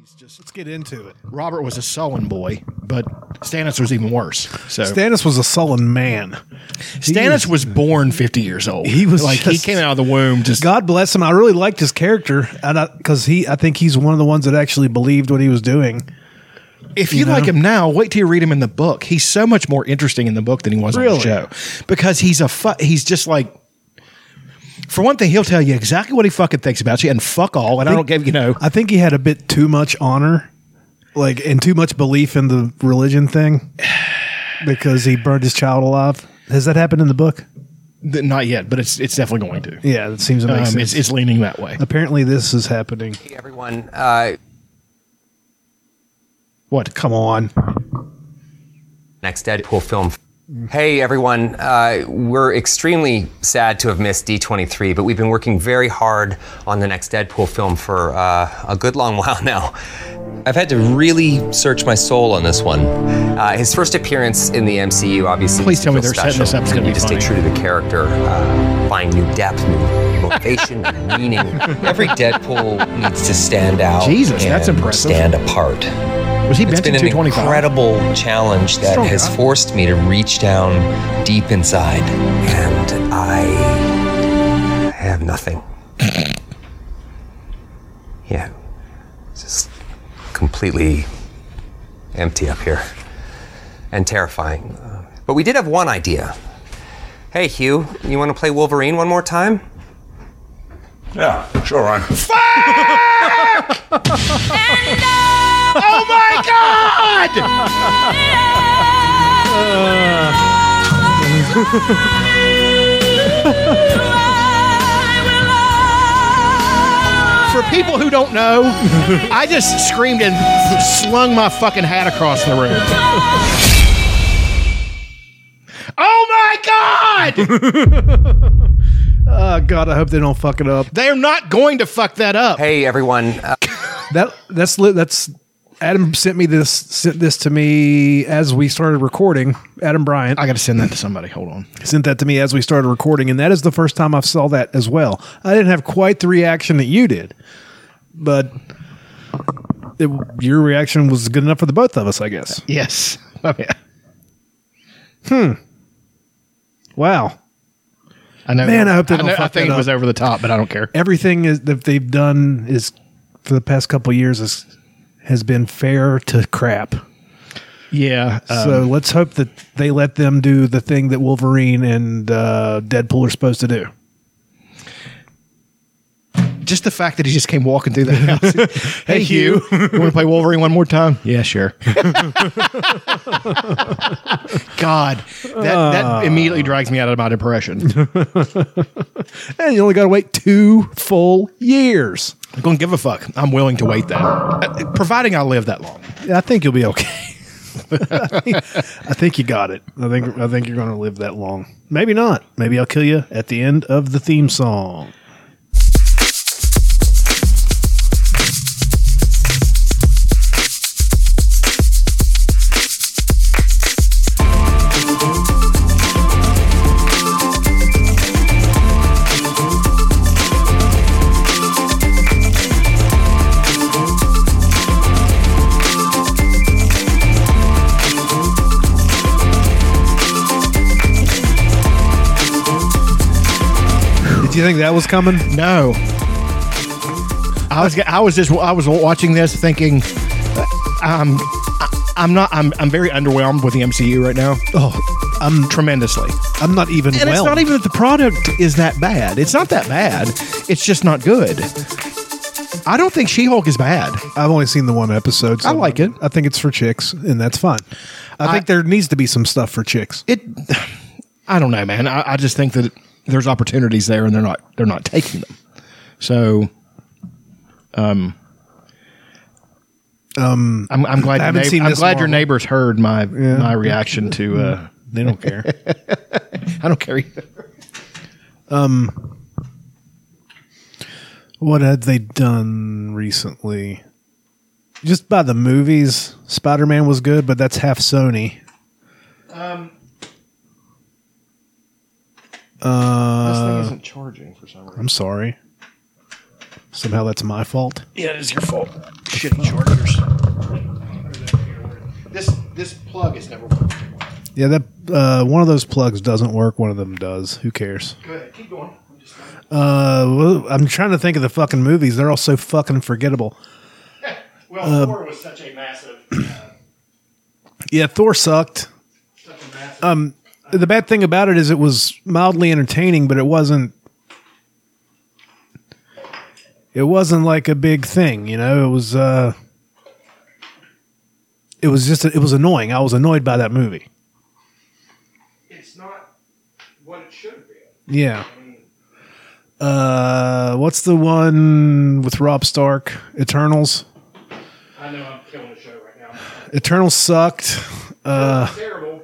he's just Let's get into it. Robert was a sullen boy, but Stannis was even worse. So Stannis was a sullen man. Stannis was born 50 years old. He was like he just- came out of the womb just God bless him. I really liked his character, and because he, I think he's one of the ones that actually believed what he was doing. If you, like him now, wait till you read him in the book. He's so much more interesting in the book than he was on Really? the show because he's a fu- he's just like. For one thing, he'll tell you exactly what he fucking thinks about you and fuck all, and I, don't give you know. I think he had a bit too much honor, like and too much belief in the religion thing, because he burned his child alive. Has that happened in the book? th- not yet, but it's it's definitely going to. Yeah, that seems to make Um, sense. it's, it's leaning that way. Apparently, this is happening. everyone. Uh, What? Come on, next Deadpool film. Hey everyone, uh, we're extremely sad to have missed D23, but we've been working very hard on the next Deadpool film for uh, a good long while now. I've had to really search my soul on this one. Uh, his first appearance in the MCU, obviously, Please is tell me still they're setting this special. up. It's gonna You be just funny. stay true to the character, uh, find new depth, new motivation, new meaning. Every Deadpool needs to stand out. Jesus, that's and impressive. Stand apart. Was he It's bent been in an 225? incredible challenge that Strong has guy. forced me to reach down deep inside. and I have nothing. yeah, it's just completely empty up here and terrifying. Uh, But we did have one idea. Hey, Hugh, you want to play Wolverine one more time? Yeah, sure, Ron. Oh my God! For people who don't know, I just screamed and slung my fucking hat across the room. Oh my God! oh God, I hope they don't fuck it up. They're not going to fuck that up. Hey, everyone. Uh, That that's li- that's Adam sent me this sent this to me as we started recording. Adam Bryant I got to send that to somebody. Hold on. sent that to me as we started recording, and that is the first time I saw that as well. I didn't have quite the reaction that you did, but it, your reaction was good enough for the both of us, I guess. Yes. Oh, yeah. Wow, I know. Man, I hope they I, don't know- I fuck think that it was up. over the top, but I don't care. everything is, that they've done is for the past couple of years is, has been fair to crap. Yeah. uh, so let's hope that they let them do the thing that Wolverine and uh, Deadpool are supposed to do. just the fact that he just came walking through the house. hey, Hugh, you want to play Wolverine one more time? Yeah, sure. God, that, Ah. that immediately drags me out of my depression. And you only got to wait two full years. I'm going to give a fuck. I'm willing to wait that, Uh, providing I live that long. I think you'll be okay. I think you got it. I think I think you're going to live that long. Maybe not. Maybe I'll kill you at the end of the theme song. Did you think that was coming? No, I was I was just I was watching this thinking, um, I, I'm not I'm I'm very underwhelmed with the MCU right now. Oh, I'm tremendously. I'm not even And well. it's not even that the product is that bad. It's not that bad. It's just not good. I don't think She Hulk is bad. I've only seen the one episode. so I like it. I think it's for chicks, and that's fine. I, think there needs to be some stuff for chicks. It. I don't know, man. I, I just think that there's opportunities there, and they're not they're not taking them. So, um, um, I'm, I'm glad. I Your haven't neigh- seen I'm Miss glad your Marvel. neighbors heard my my reaction to. Uh, They don't care. I don't care. either. what have they done recently? Just by the movies, Spider Man was good, but that's half Sony. Um, this thing isn't charging for some reason. I'm sorry. Somehow that's my fault. Yeah, it is your fault. Shitty chargers. This this plug is never worked. Yeah, that uh, one of those plugs doesn't work. One of them does. Who cares? Go ahead, keep going. I'm just- Uh, well, I'm trying to think of the fucking movies. They're all so fucking forgettable. Uh, Well, Thor was such a massive. Uh, Yeah, Thor sucked. Um, such a massive The bad thing about it is it was mildly entertaining, but it wasn't. It wasn't like a big thing, you know. It was. Uh, it was just. It was annoying. I was annoyed by that movie. it's not what it should be. Yeah. Uh, what's the one with Rob Stark? Eternals. I know I'm killing the show right now. Eternals sucked. Uh, It's terrible.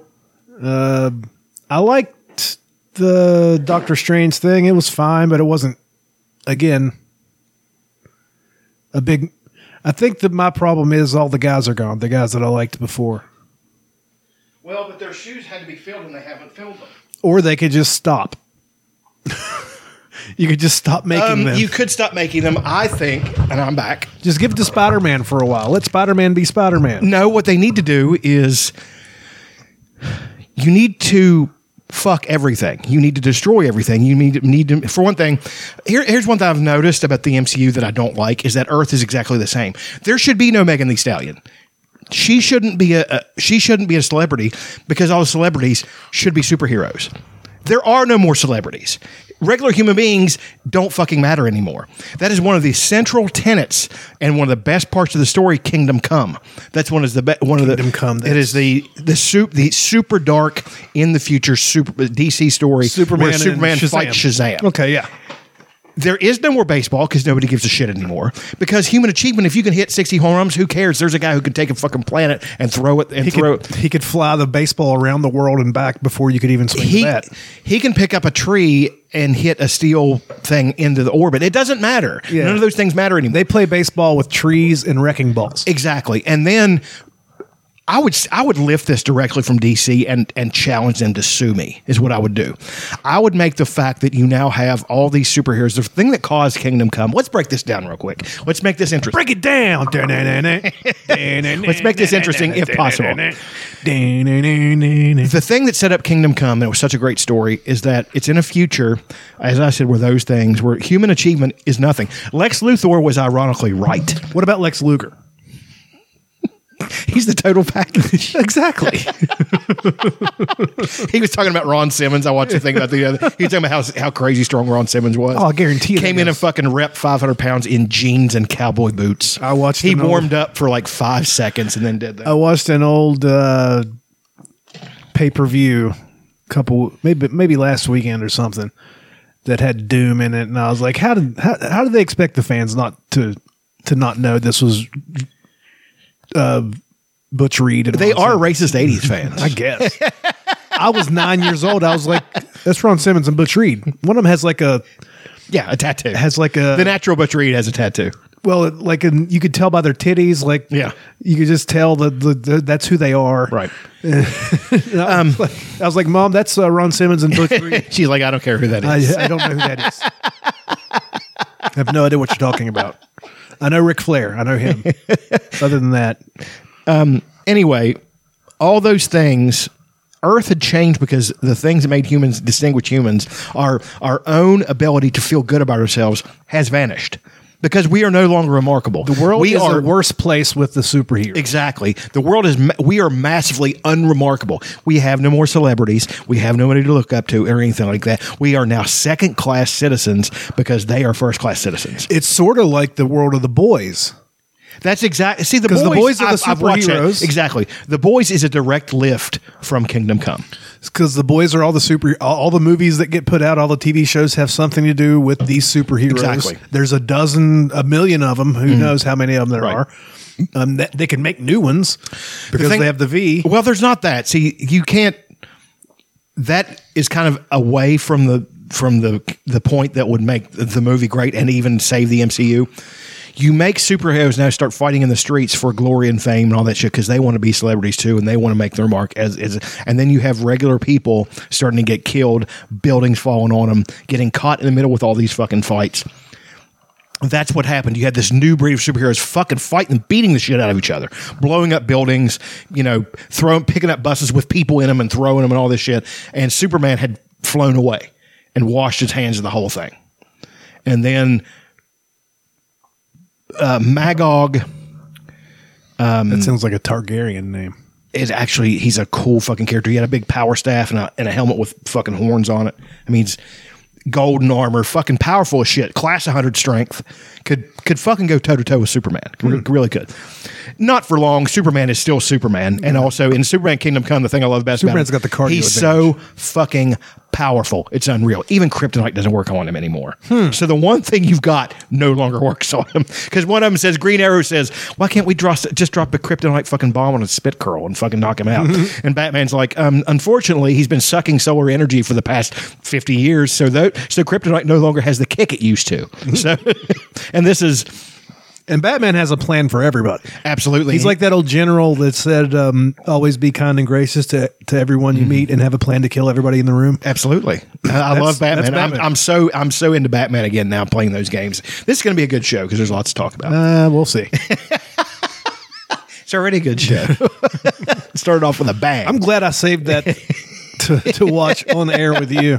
I liked the Doctor Strange thing. It was fine, but it wasn't again a big I think that my problem is all the guys are gone, the guys that I liked before. Well, but their shoes had to be filled, and they haven't filled them. Or they could just stop. you could just stop making them. Um, you could stop making them, I think, and I'm back. just give it to Spider Man for a while. Let Spider Man be Spider Man. No, what they need to do is you need to fuck everything. You need to destroy everything. You need need to for one thing. Here, here's one thing I've noticed about the MCU that I don't like is that Earth is exactly the same. There should be no Megan Thee Stallion. She shouldn't be a, a she shouldn't be a celebrity because all the celebrities should be superheroes. There are no more celebrities. Regular human beings don't fucking matter anymore. That is one of the central tenets and one of the best parts of the story, Kingdom Come. That's one of the be- one of the Kingdom Come, It is the the soup the super dark in the future super DC story Superman, where and Superman fights Shazam. Okay, yeah. There is no more baseball because nobody gives a shit anymore. Because human achievement, if you can hit sixty home runs, who cares? There's a guy who can take a fucking planet and throw it and He throw could, it. he could fly the baseball around the world and back before you could even swing he, the bat. He can pick up a tree and hit a steel thing into the orbit. It doesn't matter. Yeah. None of those things matter anymore. They play baseball with trees and wrecking balls. exactly. And then I would s- I would lift this directly from DC and and challenge them to sue me is what I would do. I would make the fact that you now have all these superheroes. The thing that caused Kingdom Come. Let's break this down real quick. Let's make this interesting. Break it down. Let's Let's make this interesting if possible. The the thing that set up Kingdom Come and it was such a great story is that it's in a future, as I said, where those things where human achievement is nothing. Lex Luthor was ironically right. What about Lex Luger? He's the total package. Exactly. he was talking about Ron Simmons. I watched a thing about the other. He was talking about how, how crazy strong Ron Simmons was. Oh, I guarantee you Came that in and is. fucking rep 500 pounds in jeans and cowboy boots. I watched Oh, He him on- warmed up for like five seconds and then did that. I watched an old uh, pay per view couple maybe maybe last weekend or something that had Doom in it, and I was like, how did how, how did they expect the fans not to to not know this was uh, Butch Reed? And they Ron are Simmons? racist 80s fans. I guess. I was nine years old. I was like, that's Ron Simmons and Butch Reed. One of them has like a yeah, a tattoo. has like a the natural Butch Reed has a tattoo. well, it- like an, you could tell by their titties, like Yeah. you could just tell that the, the, that's who they are. um, I was like, Mom, that's uh, Ron Simmons and Butch Reed. She's like, I don't care who that is. I, I don't know who that is. I have no idea what you're talking about. I know Ric Flair. I know him. Other than that, anyway, all those things. Earth had changed because the things that made humans distinguish humans, our our own ability to feel good about ourselves, has vanished because we are no longer remarkable. The world we is are the worst place with the superhero. exactly the world is ma- we are massively unremarkable. We have no more celebrities. We have nobody to look up to or anything like that. We are now second class citizens because they are first class citizens. It's sort of like the world of the boys. That's exactly. See, the 'Cause boys, the boys are the I've- I've watched that. superheroes. Exactly, the boys is a direct lift from Kingdom Come. because the boys are all the super all, all the movies that get put out all the tv shows have something to do with these superheroes Exactly. there's a dozen a million of them who knows how many of them there Right. are um, that, they can make new ones because thing- they have the v Well, there's not that. See, you can't. That is kind of away from the from the the point that would make the movie great and even save the MCU. You make superheroes now start fighting in the streets for glory and fame and all that shit because they want to be celebrities too and they want to make their mark as, as and then you have regular people starting to get killed, buildings falling on them, getting caught in the middle with all these fucking fights that's what happened. You had this new breed of superheroes fucking fighting and beating the shit out of each other, blowing up buildings, you know, throwing, picking up buses with people in them and throwing them and all this shit. And Superman had flown away and washed his hands of the whole thing. And then uh, Magog That sounds like a Targaryen name. is actually he's a cool fucking character. He had a big power staff and a, and a helmet with fucking horns on it. I mean, he's golden armor, fucking powerful as shit. Class 100 strength could could fucking go toe to toe with Superman. Re- Mm-hmm. Really could. Not for long. Superman is still Superman, and also in Superman Kingdom Come, the thing I love best Superman's about him, got the cardio He's so fucking powerful. It's unreal. Even kryptonite doesn't work on him anymore. Hmm. So the one thing you've got no longer works on him. Because one of them says, Green Arrow says, why can't we draw, just drop a kryptonite fucking bomb on a spit curl and fucking knock him out? Mm-hmm. And Batman's like, um, unfortunately, he's been sucking solar energy for the past 50 years. So, tho- so kryptonite no longer has the kick it used to. Mm-hmm. so, and this is And Batman has a plan for everybody. absolutely. He's like that old general that said, um, "Always be kind and gracious to to everyone you meet, and have a plan to kill everybody in the room." Absolutely, I love Batman. that's Batman. I'm, I'm so I'm so into Batman again now. Playing those games. This is going to be a good show because there's lots to talk about. Uh, we'll see. It's already a good show. Started off with a bang. I'm glad I saved that to, to watch on air with you.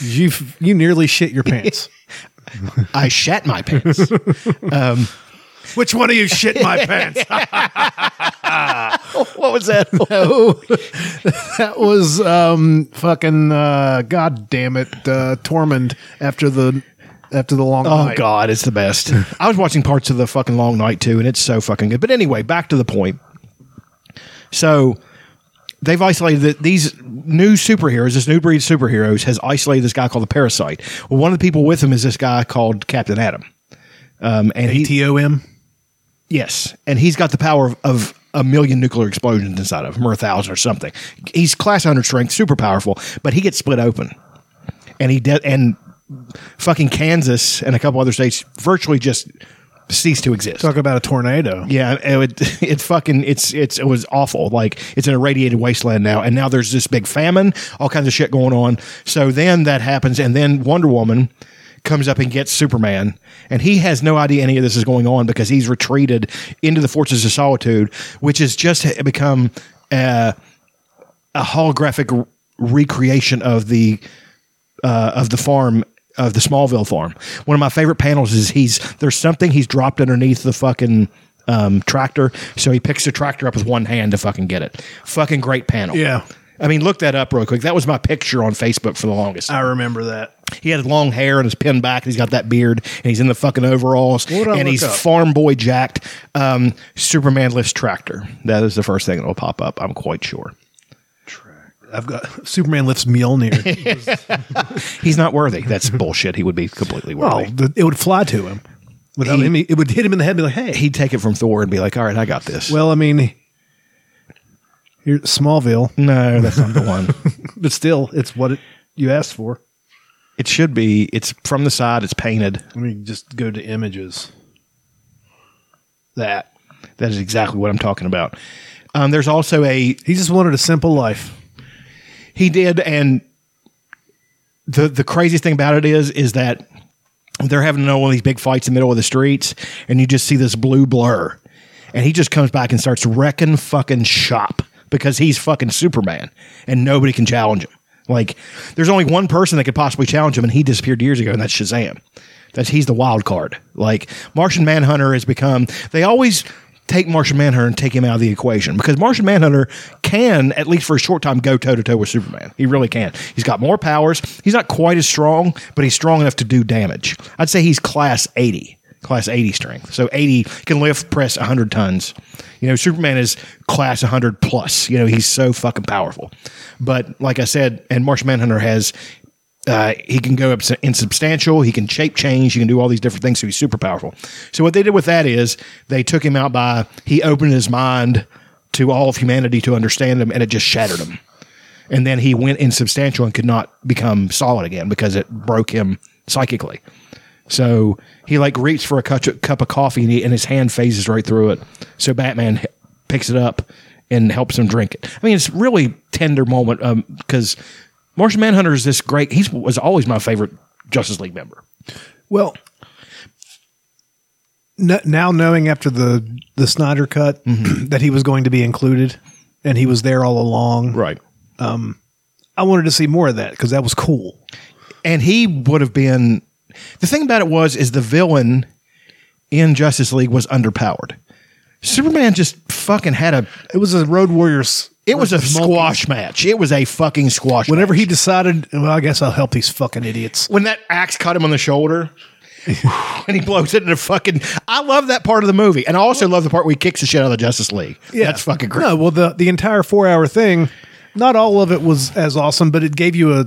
You you nearly shit your pants. I shat my pants. Um, Which one of you shit my pants? what was that? Oh that was um, fucking uh, god damn it, uh, Tormund after the after the long Oh night. God, it's the best. I was watching parts of the fucking Long Night too, and it's so fucking good. But anyway, back to the point. So they've isolated that these new superheroes, this new breed of superheroes, has isolated this guy called the Parasite. Well, one of the people with him is this guy called Captain Adam. Um, and he, T-O-M. Yes, and he's got the power of, of a million nuclear explosions inside of him, or a thousand, or something. He's class hundred strength, super powerful, but he gets split open, and he de- and fucking Kansas and a couple other states virtually just cease to exist. Talk about a tornado. Yeah, it, would- it fucking it's it's it was awful. Like it's an irradiated wasteland now, and now there's this big famine, all kinds of shit going on. So then that happens, and then Wonder Woman comes up and gets Superman, and he has no idea any of this is going on because he's retreated into the Fortress of Solitude, which has just ha- become uh, a holographic r- recreation of the uh, of the farm of the Smallville farm. One of my favorite panels is he's there's something he's dropped underneath the fucking um, tractor, so he picks the tractor up with one hand to fucking get it. Fucking great panel. Yeah. I mean, look that up real quick. That was my picture on Facebook for the longest. I remember that. He had long hair and his pinned back. And he's got that beard and he's in the fucking overalls What did I and look he's up? farm boy jacked. Um, Superman lifts tractor. That is the first thing that will pop up. I'm quite sure. I've got Superman lifts Mjolnir. He's not worthy. That's bullshit. He would be completely oh, worthy. the, it would fly to him. Without He- him, it would hit him in the head. and Be like, hey. He'd take it from Thor and be like, "All right, I got this." Well, I mean, here Smallville, no, that's not the one. but still, it's what it, you asked for. It should be. It's from the side. It's painted. Let me just go to images. That. That is exactly what I'm talking about. Um, there's also a He just wanted a simple life. He did, and the the craziest thing about it is is that they're having one of these big fights in the middle of the streets, and you just see this blue blur, and he just comes back and starts wrecking fucking shop because he's fucking Superman, and nobody can challenge him. Like, there's only one person that could possibly challenge him, and he disappeared years ago, and that's Shazam. That's he's the wild card. Like Martian Manhunter has become. They always take Martian Manhunter and take him out of the equation because Martian Manhunter can, at least for a short time, go toe to toe with Superman. He really can. He's got more powers. He's not quite as strong, but he's strong enough to do damage. I'd say he's class eighty. Class 80 strength. So 80 can lift, press 100 tons. You know, Superman is class 100 plus. You know, he's so fucking powerful. But like I said, and Martian Manhunter has uh, he can go up s- insubstantial. He can shape change. He can do all these different things. So he's super powerful. So what they did with that is they took him out by he opened his mind to all of humanity to understand him, and it just shattered him. And then he went insubstantial and could not become solid again because it broke him psychically. So he like reaches for a cup, cup of coffee and, he, and his hand phases right through it. So Batman h- picks it up and helps him drink it. I mean, it's really tender moment because Martian Manhunter is this great. He was always my favorite Justice League member. Well, n- now knowing after the the Snyder cut that he was going to be included and he was there all along. Right. I wanted to see more of that because that was cool. and he would have been the thing about it was is the villain in justice league was underpowered superman just fucking had a It was a Road Warriors. it was a versus Mulkey. squash match it was a fucking squash Whenever match. he decided, well, I guess I'll help these fucking idiots. when that axe caught him on the shoulder and he blows it in a fucking i love that part of the movie and i also love the part where he kicks the shit out of the justice league yeah that's fucking great No, well, the the entire four hour thing, not all of it was as awesome, but it gave you a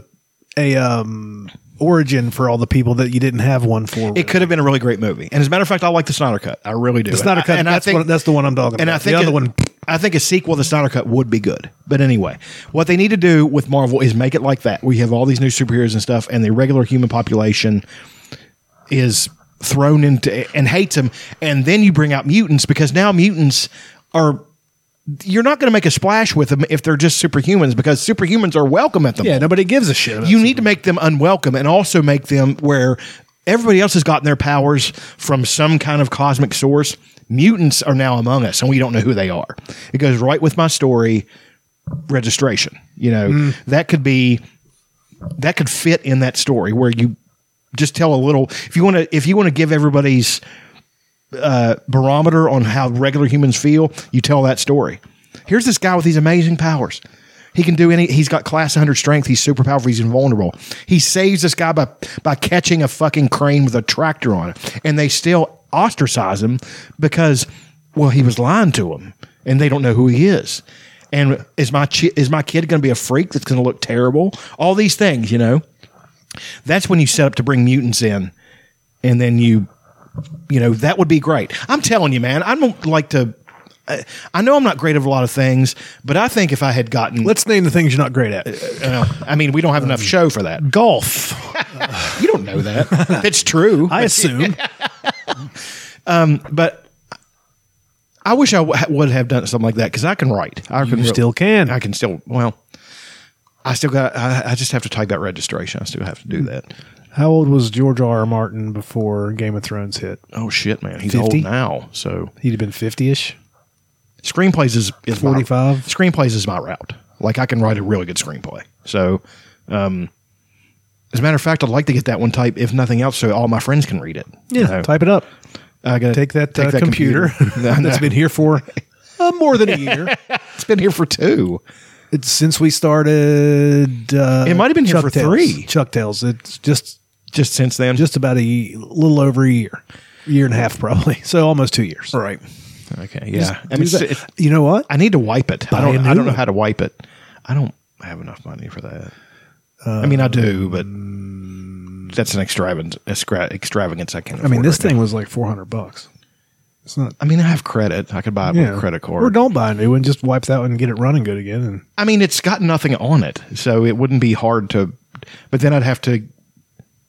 a um origin for all the people that you didn't have one for. It could have been a really great movie, and as a matter of fact, I like the Snyder Cut. I really do. The Snyder And I- Cut, and I that's think- what- that's the one I'm talking And I about. The think other it- one- I think a sequel to the Snyder Cut would be good. But anyway, what they need to do with Marvel is make it like that. We have all these new superheroes and stuff, and the regular human population is thrown into and hates them, and then you bring out mutants because now mutants are. You're not going to make a splash with them if they're just superhumans because superhumans are welcome at the yeah, nobody gives a shit. About you need to make them unwelcome and also make them where everybody else has gotten their powers from some kind of cosmic source. Mutants are now among us, and we don't know who they are. It goes right with my story registration. You know, that could be that could fit in that story where you just tell a little if you want to if you want to give everybody's barometer on how regular humans feel, you tell that story. Here's this guy with these amazing powers. He can do any. He's got class 100 strength. He's super powerful. He's invulnerable. He saves this guy by by catching a fucking crane with a tractor on it, and they still ostracize him because, well, he was lying to him, and they don't know who he is. And is my chi- is my kid going to be a freak that's going to look terrible? All these things, you know. That's when you set up to bring mutants in, and then you you know that would be great i'm telling you man i don't like to I, I know i'm not great at a lot of things but i think if i had gotten Let's name the things you're not great at. uh, i mean we don't have enough show for that Golf, you don't know that that's true I assume. but i wish i w- would have done something like that because i can write i can You real- still can. i can still well i still got I, I just have to type out registration i still have to do that How old was George R. R. Martin before Game of Thrones hit? oh shit man he's 50? old now so He'd have been fifty-ish. screenplays is, is 45? my, screenplays is my route like i can write a really good screenplay so um as a matter of fact i'd like to get that one type if nothing else so all my friends can read it you know. type it up. I gotta Take that, uh, computer, No, no. that's been here for uh, more than a year. it's been here for two It's since we started. Uh, It might have been here Chuck for Tales. three. Chuck Tales. It's just just since then just about a ye- little over a year, year and a half probably. So almost two years. right okay yeah I, mean, Do that. it's- you know what? I need to wipe it i a don't new i don't know one. how to wipe it i don't have enough money for that i mean i do but that's an extravagance extra- extravagance i can't Um, I mean, afford this right now. thing was like four hundred bucks. It's not. i mean i have credit i could buy it with Yeah. a credit card Or don't buy a new one. Just wipe that one and get it running good again. And I mean, it's got nothing on it, so it wouldn't be hard to. But then I'd have to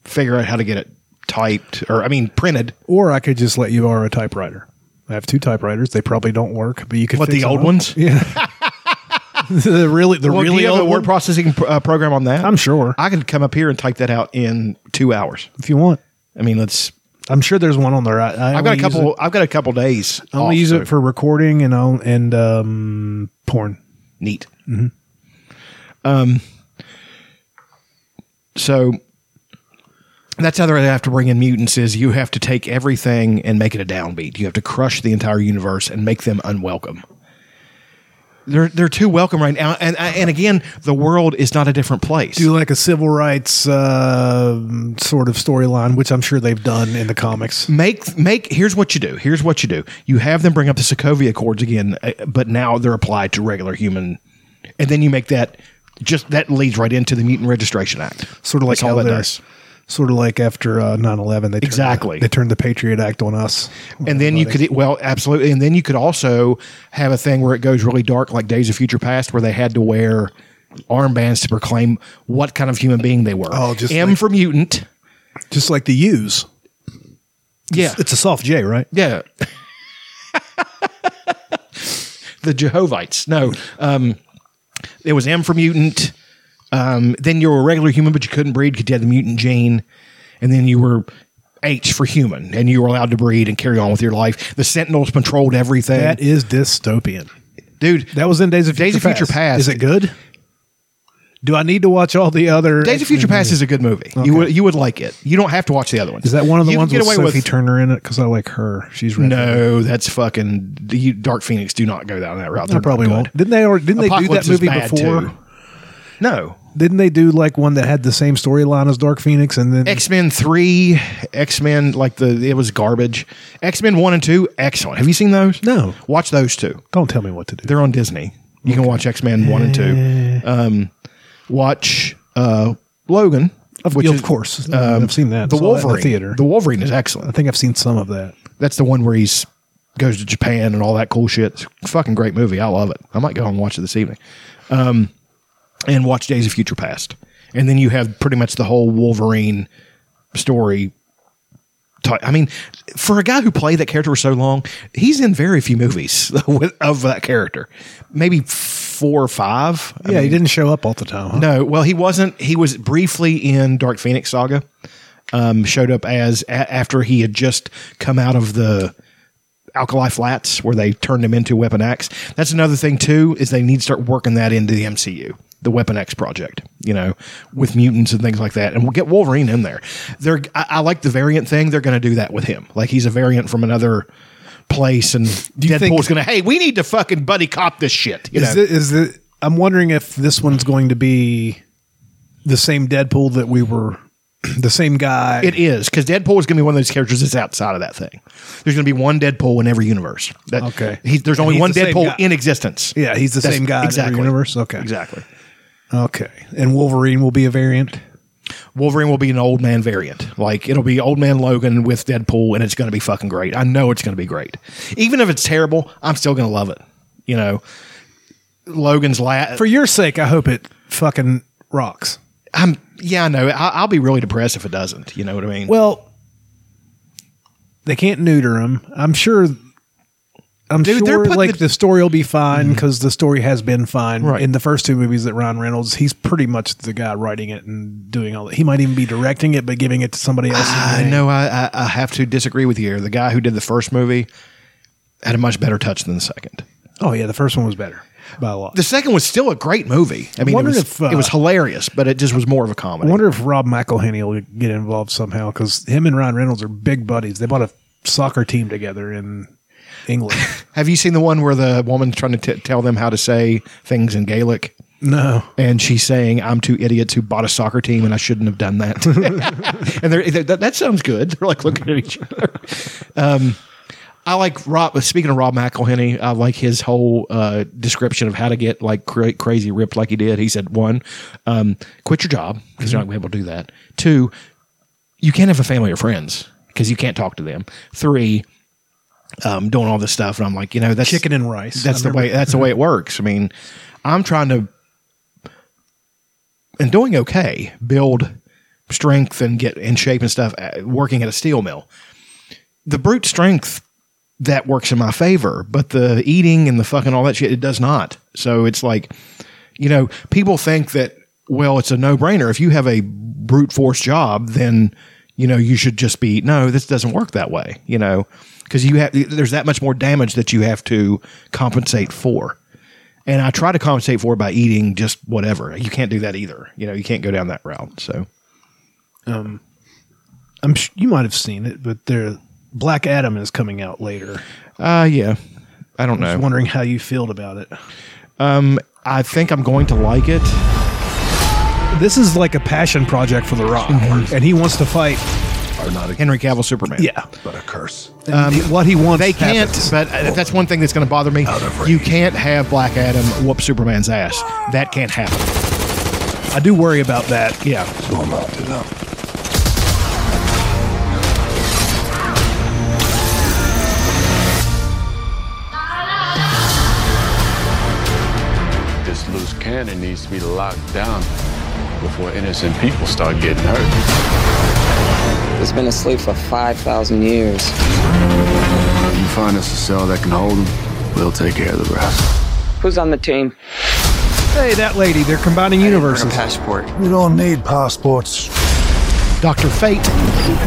figure out how to get it typed, or I mean, printed. or I could just let you borrow a typewriter. I have two typewriters. They probably don't work, but you could What, fix the them old up. ones? Yeah, the really the Well, do really you have a old word one? processing pr- uh, program on that? I'm sure. I could come up here and type that out in two hours. if you want. I mean, let's. I'm sure there's one on there. I, I I've only got a use couple. it- I've got a couple days. I only off, use so- it for recording and on- and um, porn. neat. Um, so that's how they have to bring in mutants is you have to take everything and make it a downbeat. You have to crush the entire universe and make them unwelcome. They're they're too welcome right now, and and again, the world is not a different place. Do like a civil rights um sort of storyline, which I'm sure they've done in the comics. make make here's what you do here's what you do you have them bring up the sokovia accords again uh, but now they're applied to regular human and then you make that just that leads right into the mutant registration act Sort of like That's all how that they're- does Sort of like after uh, 9-11, they turned Exactly. the, they turned the Patriot Act on us. and then you could well absolutely and then you could also have a thing where it goes really dark like days of future past where they had to wear armbands to proclaim what kind of human being they were Oh, just m like- for mutant Just like the U's. yeah It's a soft J, right? yeah the jehovites no um there was m for mutant um then you were a regular human but you couldn't breed because you had the mutant gene and then you were H for human, and you were allowed to breed and carry on with your life. The Sentinels controlled everything, That is dystopian. dude. That was in Days of Days Future of Future Past. Is it good? Do I need to watch all the other Days of Future Past is a good movie. You would you would like it. You don't have to watch the other ones. Is that one of the You can ones get with away Sophie Turner in it? Because I like her. She's red. No, that's fucking you, Dark Phoenix. Do not go down that route. I They're probably not good. won't. Didn't they? Or didn't Apocalypse they is do that movie bad, before? too. No, Didn't they do like one that had the same storyline as Dark Phoenix? And then X Men three, X Men like the it was garbage. X Men one and two, excellent. Have you seen those? No. watch those two. don't tell me what to do. They're on Disney. You can watch X Men one and two. Um, watch uh, Logan, Of, of course, I've seen that. um, the Saw that in Wolverine. the theater. The Wolverine is I excellent. think I've seen some of that. That's the one where he's goes to Japan and all that cool shit. It's a fucking great movie. I love it. I might go home and watch it this evening. Um, and watch Days of Future Past. And then you have pretty much the whole Wolverine story. ti- I mean, for a guy who played that character for so long, he's in very few movies with- of that character. Maybe four or five. I yeah, he mean, didn't show up all the time. Huh? no, well, he wasn't. He was briefly in Dark Phoenix Saga. Um, showed up as a, after he had just come out of the Alkali Flats, where they turned him into Weapon X. That's another thing too is they need to start working that into the MCU, the Weapon X project. You know, with mutants and things like that, and we'll get Wolverine in there. They're I, I like the variant thing. They're going to do that with him. Like he's a variant from another place, and you think- Deadpool's going to hey, we need to fucking buddy cop this shit. You Is know? it, is it, I'm wondering if this one's going to be the same Deadpool that we were, the same guy. It is because Deadpool is going to be one of those characters that's outside of that thing. There's going to be one Deadpool in every universe. That, Okay. he- there's And only he's one the same guy. Deadpool in existence. yeah, he's the That's- same guy in every universe. Okay, Exactly. Okay, and Wolverine will be a variant. Wolverine will be an old man variant. Like it'll be old man Logan with Deadpool, and it's going to be fucking great. I know it's going to be great. Even if it's terrible, I'm still going to love it. You know, Logan's last. For your sake, I hope it fucking rocks. I'm yeah, I know. I, I'll be really depressed if it doesn't. You know what I mean? Well, they can't neuter him. I'm sure. I'm Dude, they're sure, putting like the- Mm-hmm. the, story will be fine because the story has been fine Right. in the first two movies that Ryan Reynolds. He's pretty much the guy writing it and doing all that. He might even be directing it, but giving it to somebody else. I know I, I, I have to disagree with you. here. The guy who did the first movie had a much better touch than the second. Oh yeah, the first one was better by a lot. The second was still a great movie. I mean, it wondering was, if, uh, it was hilarious, but it just was more of a comedy. I wonder if Rob McElhenney will get involved somehow because him and Ryan Reynolds are big buddies. They bought a soccer team together in England. have you seen the one where the woman's trying to t- tell them how to say things in Gaelic? no, And she's saying, "I'm two idiots who bought a soccer team, and I shouldn't have done that." and they're, they that, that sounds good. They're like looking at each other. Um, I like Rob. uh, Speaking of Rob McElhenney, I like his whole uh, description of how to get like cra- crazy ripped like he did. He said, one, um, quit your job because you're not going to be able to do that. Two, you can't have a family or friends because you can't talk to them. Three, um, doing all this stuff, and I'm like, you know, that's chicken and rice. that's I the remember- way that's the way it works. I mean, I'm trying to and doing okay, build strength and get in shape and stuff uh, working at a steel mill. The brute strength that works in my favor, but the eating and the fucking all that shit it does not. So it's like you know, people think that well, it's a no-brainer if you have a brute force job, then you know, you should just be no, this doesn't work that way, you know, because you have there's that much more damage that you have to compensate for. And I try to compensate for it by eating just whatever. You can't do that either. You know, you can't go down that route. So I'm sh- you might have seen it, but there Black Adam is coming out later. uh yeah. I don't know. I'm wondering how you feel about it. I think I'm going to like it. This is like a passion project for The Rock, and he wants to fight. Henry Cavill Superman. Yeah, But a curse. And he- Um, what he wants. They can't, happens. but uh, that's one thing that's going to bother me. You can't have Black Adam whoop Superman's ass. That can't happen. I do worry about that. Yeah. So I mopped it up. This loose cannon needs to be locked down before innocent people start getting hurt. It's been asleep for 5,000 years. You find us a cell that can hold them, we'll take care of the rest. Who's on the team? Hey, that lady. They're combining universes. passport. We don't need passports. Dr. Fate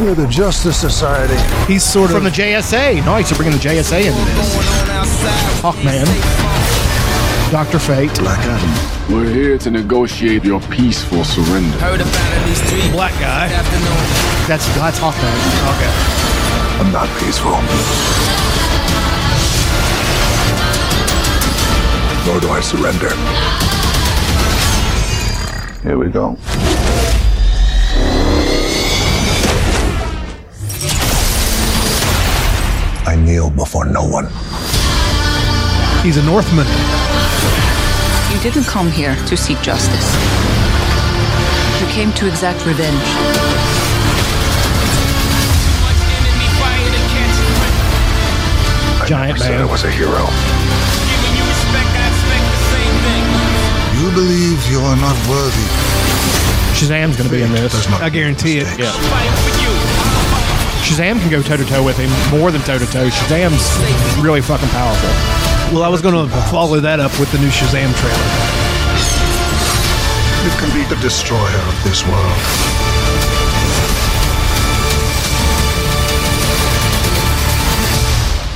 You're the Justice Society. He's sort from of the JSA. Nice, you're bringing the JSA into this. Hawkman, Dr. Fate, We're here to negotiate your peaceful surrender. black guy. that's, that's Hawkman. I'm not peaceful. Nor do I surrender. Here we go. I kneel before no one. He's a Northman. You didn't come here to seek justice. You came to exact revenge. I Giant said I man. was a hero. You believe you are not worthy. Shazam's going to be in this. I guarantee it. Yeah. Shazam can go toe to toe with him more than toe to toe. Shazam's really fucking powerful. Well, I was going to follow that up with the new Shazam trailer. You can be the destroyer of this world.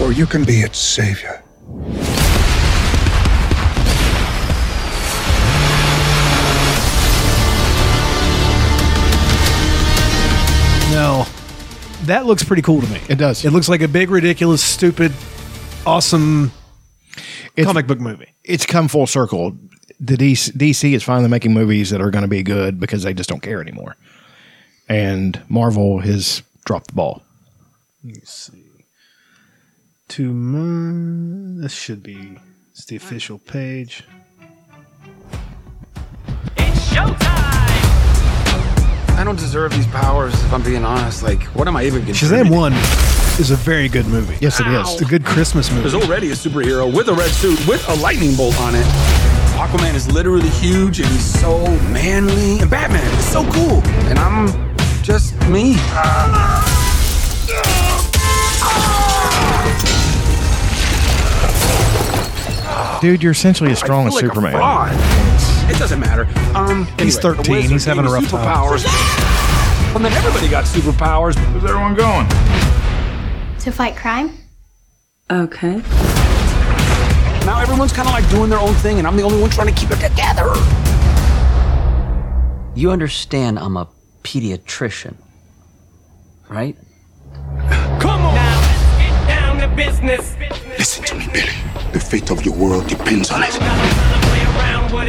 Or you can be its savior. No, that looks pretty cool to me. It does. It looks like a big, ridiculous, stupid, awesome It's- comic book movie. it's come full circle. The DC, DC is finally making movies that are going to be good because they just don't care anymore. And Marvel has dropped the ball. Two months. This should be. It's the official page. I don't deserve these powers, if I'm being honest. Like, what am I even getting? Shazam One is a very good movie. Yes, it is. It's a good Christmas movie. There's already a superhero with a red suit with a lightning bolt on it. Aquaman is literally huge and he's so manly. And Batman is so cool. And I'm just me. Dude, you're essentially as strong as Like Superman. A fraud. It doesn't matter. Um, He's anyway, the 13, wizard he's gave having a me rough time. superpowers. And then everybody got superpowers. Where's everyone going? To fight crime? Okay. Now everyone's kind of like doing their own thing, and I'm the only one trying to keep it together. You understand I'm a pediatrician, right? Come on. Listen to me, Billy. The fate of your world depends on it.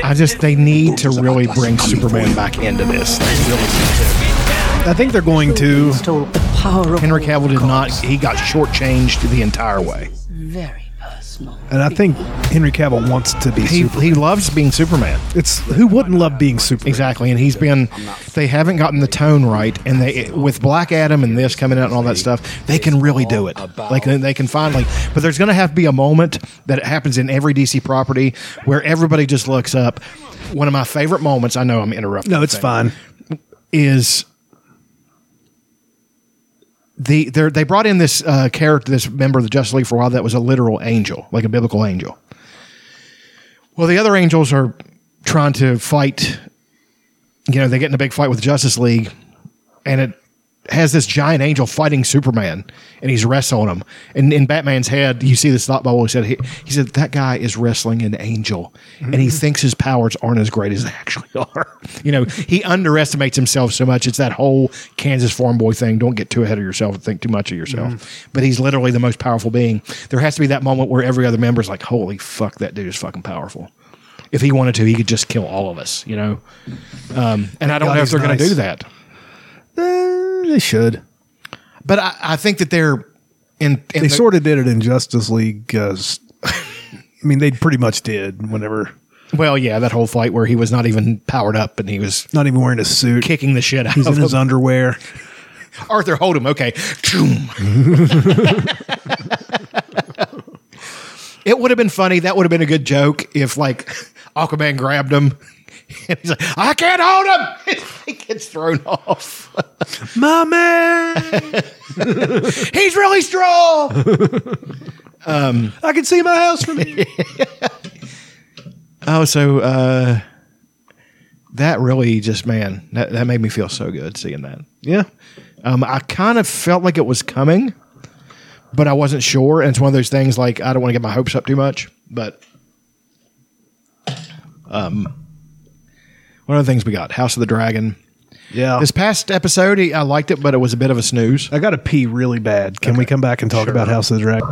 I just, they need to really bring Superman back into this. They really need I think they're going to. to. Henry Cavill did not, he got shortchanged the entire way. Very personal. And I think Henry Cavill wants to be He, super. he loves being Superman. It's who wouldn't love being super? Exactly, and he's been. They haven't gotten the tone right, and they with Black Adam and this coming out and all that stuff, they can really do it. Like they- they can finally. But there's going to have to be a moment that it happens in every DC property where everybody just looks up. One of my favorite moments. I know I'm interrupting. No, it's things, fine. Is the they they brought in this uh, character, this member of the Justice League for a while that was a literal angel, like a biblical angel. Well, the other angels are trying to fight. You know, they get in a big fight with Justice League, and it has this giant angel fighting Superman, and he's wrestling him. And in Batman's head, you see this thought bubble. He said, he, he said that guy is wrestling an angel, and Mm-hmm. he thinks his powers aren't as great as they actually are. You know, he underestimates himself so much. It's that whole Kansas farm boy thing. Don't get too ahead of yourself and think too much of yourself. Mm-hmm. But he's literally the most powerful being. There has to be that moment where every other member is like, "Holy fuck, that dude is fucking powerful." If he wanted to, he could just kill all of us. You know, um, and I don't God, know if he's they're going to nice. do that. Eh, they should. But I, I think that they're in, in They the- sort of did it in Justice League. 'cause- I mean, they pretty much did. Whenever well, yeah, that whole fight where he was not even powered up and he was not even wearing a suit, kicking the shit out he's of in his him. underwear. Arthur Hold'em, okay. Choom. it would have been funny. That would have been a good joke if like Aquaman grabbed him. And he's like, I can't hold him. he gets thrown off. My man, He's really strong. I can see my house from here. Oh, so uh, that really just man that, that made me feel so good seeing that yeah um, i kind of felt like it was coming but i wasn't sure and it's one of those things like i don't want to get my hopes up too much but um, one of the things we got house of the dragon yeah this past episode i liked it but it was a bit of a snooze i gotta pee really bad can okay. we come back and talk sure. about house of the dragon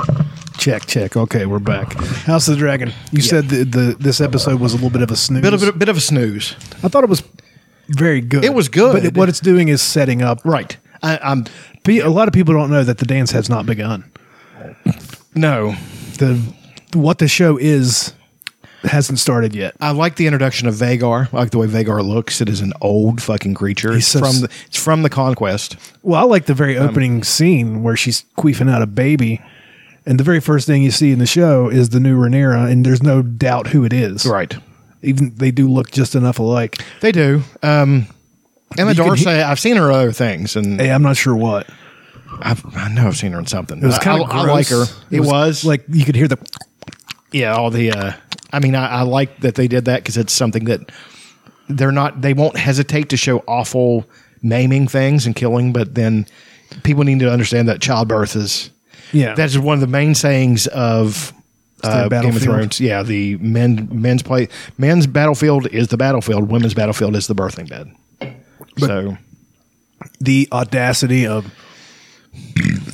Check, check. Okay, we're back. House of the Dragon. You yeah. said the, the this episode was a little bit of a snooze. Bit, bit, bit of a snooze. I thought it was very good. It was good. But it, what it's doing is setting up. Right. I, am A lot of people don't know that the dance has not begun. No. The what the show is hasn't started yet. I like the introduction of Vagar. I like the way Vagar looks. It is an old fucking creature. It's so from the, it's from the conquest. Well, I like the very opening um, scene where she's queefing out a baby. And the very first thing you see in the show is the new Rhaenyra, and there's no doubt who it is. Right. Even they do look just enough alike. They do. Um, Emma Dorsey, he- I've seen her other things, and hey, I'm not sure what. I've, i know I've seen her in something. It was kind I, of I, I like her. It, it was, was, like you could hear the yeah, all the. Uh, I mean, I, I like that they did that because it's something that they're not. They won't hesitate to show awful maiming things and killing, but then people need to understand that childbirth is yeah, that's one of the main sayings of uh, Game of Thrones. Yeah, the men men's play men's battlefield is the battlefield, women's battlefield is the birthing bed. But so the audacity of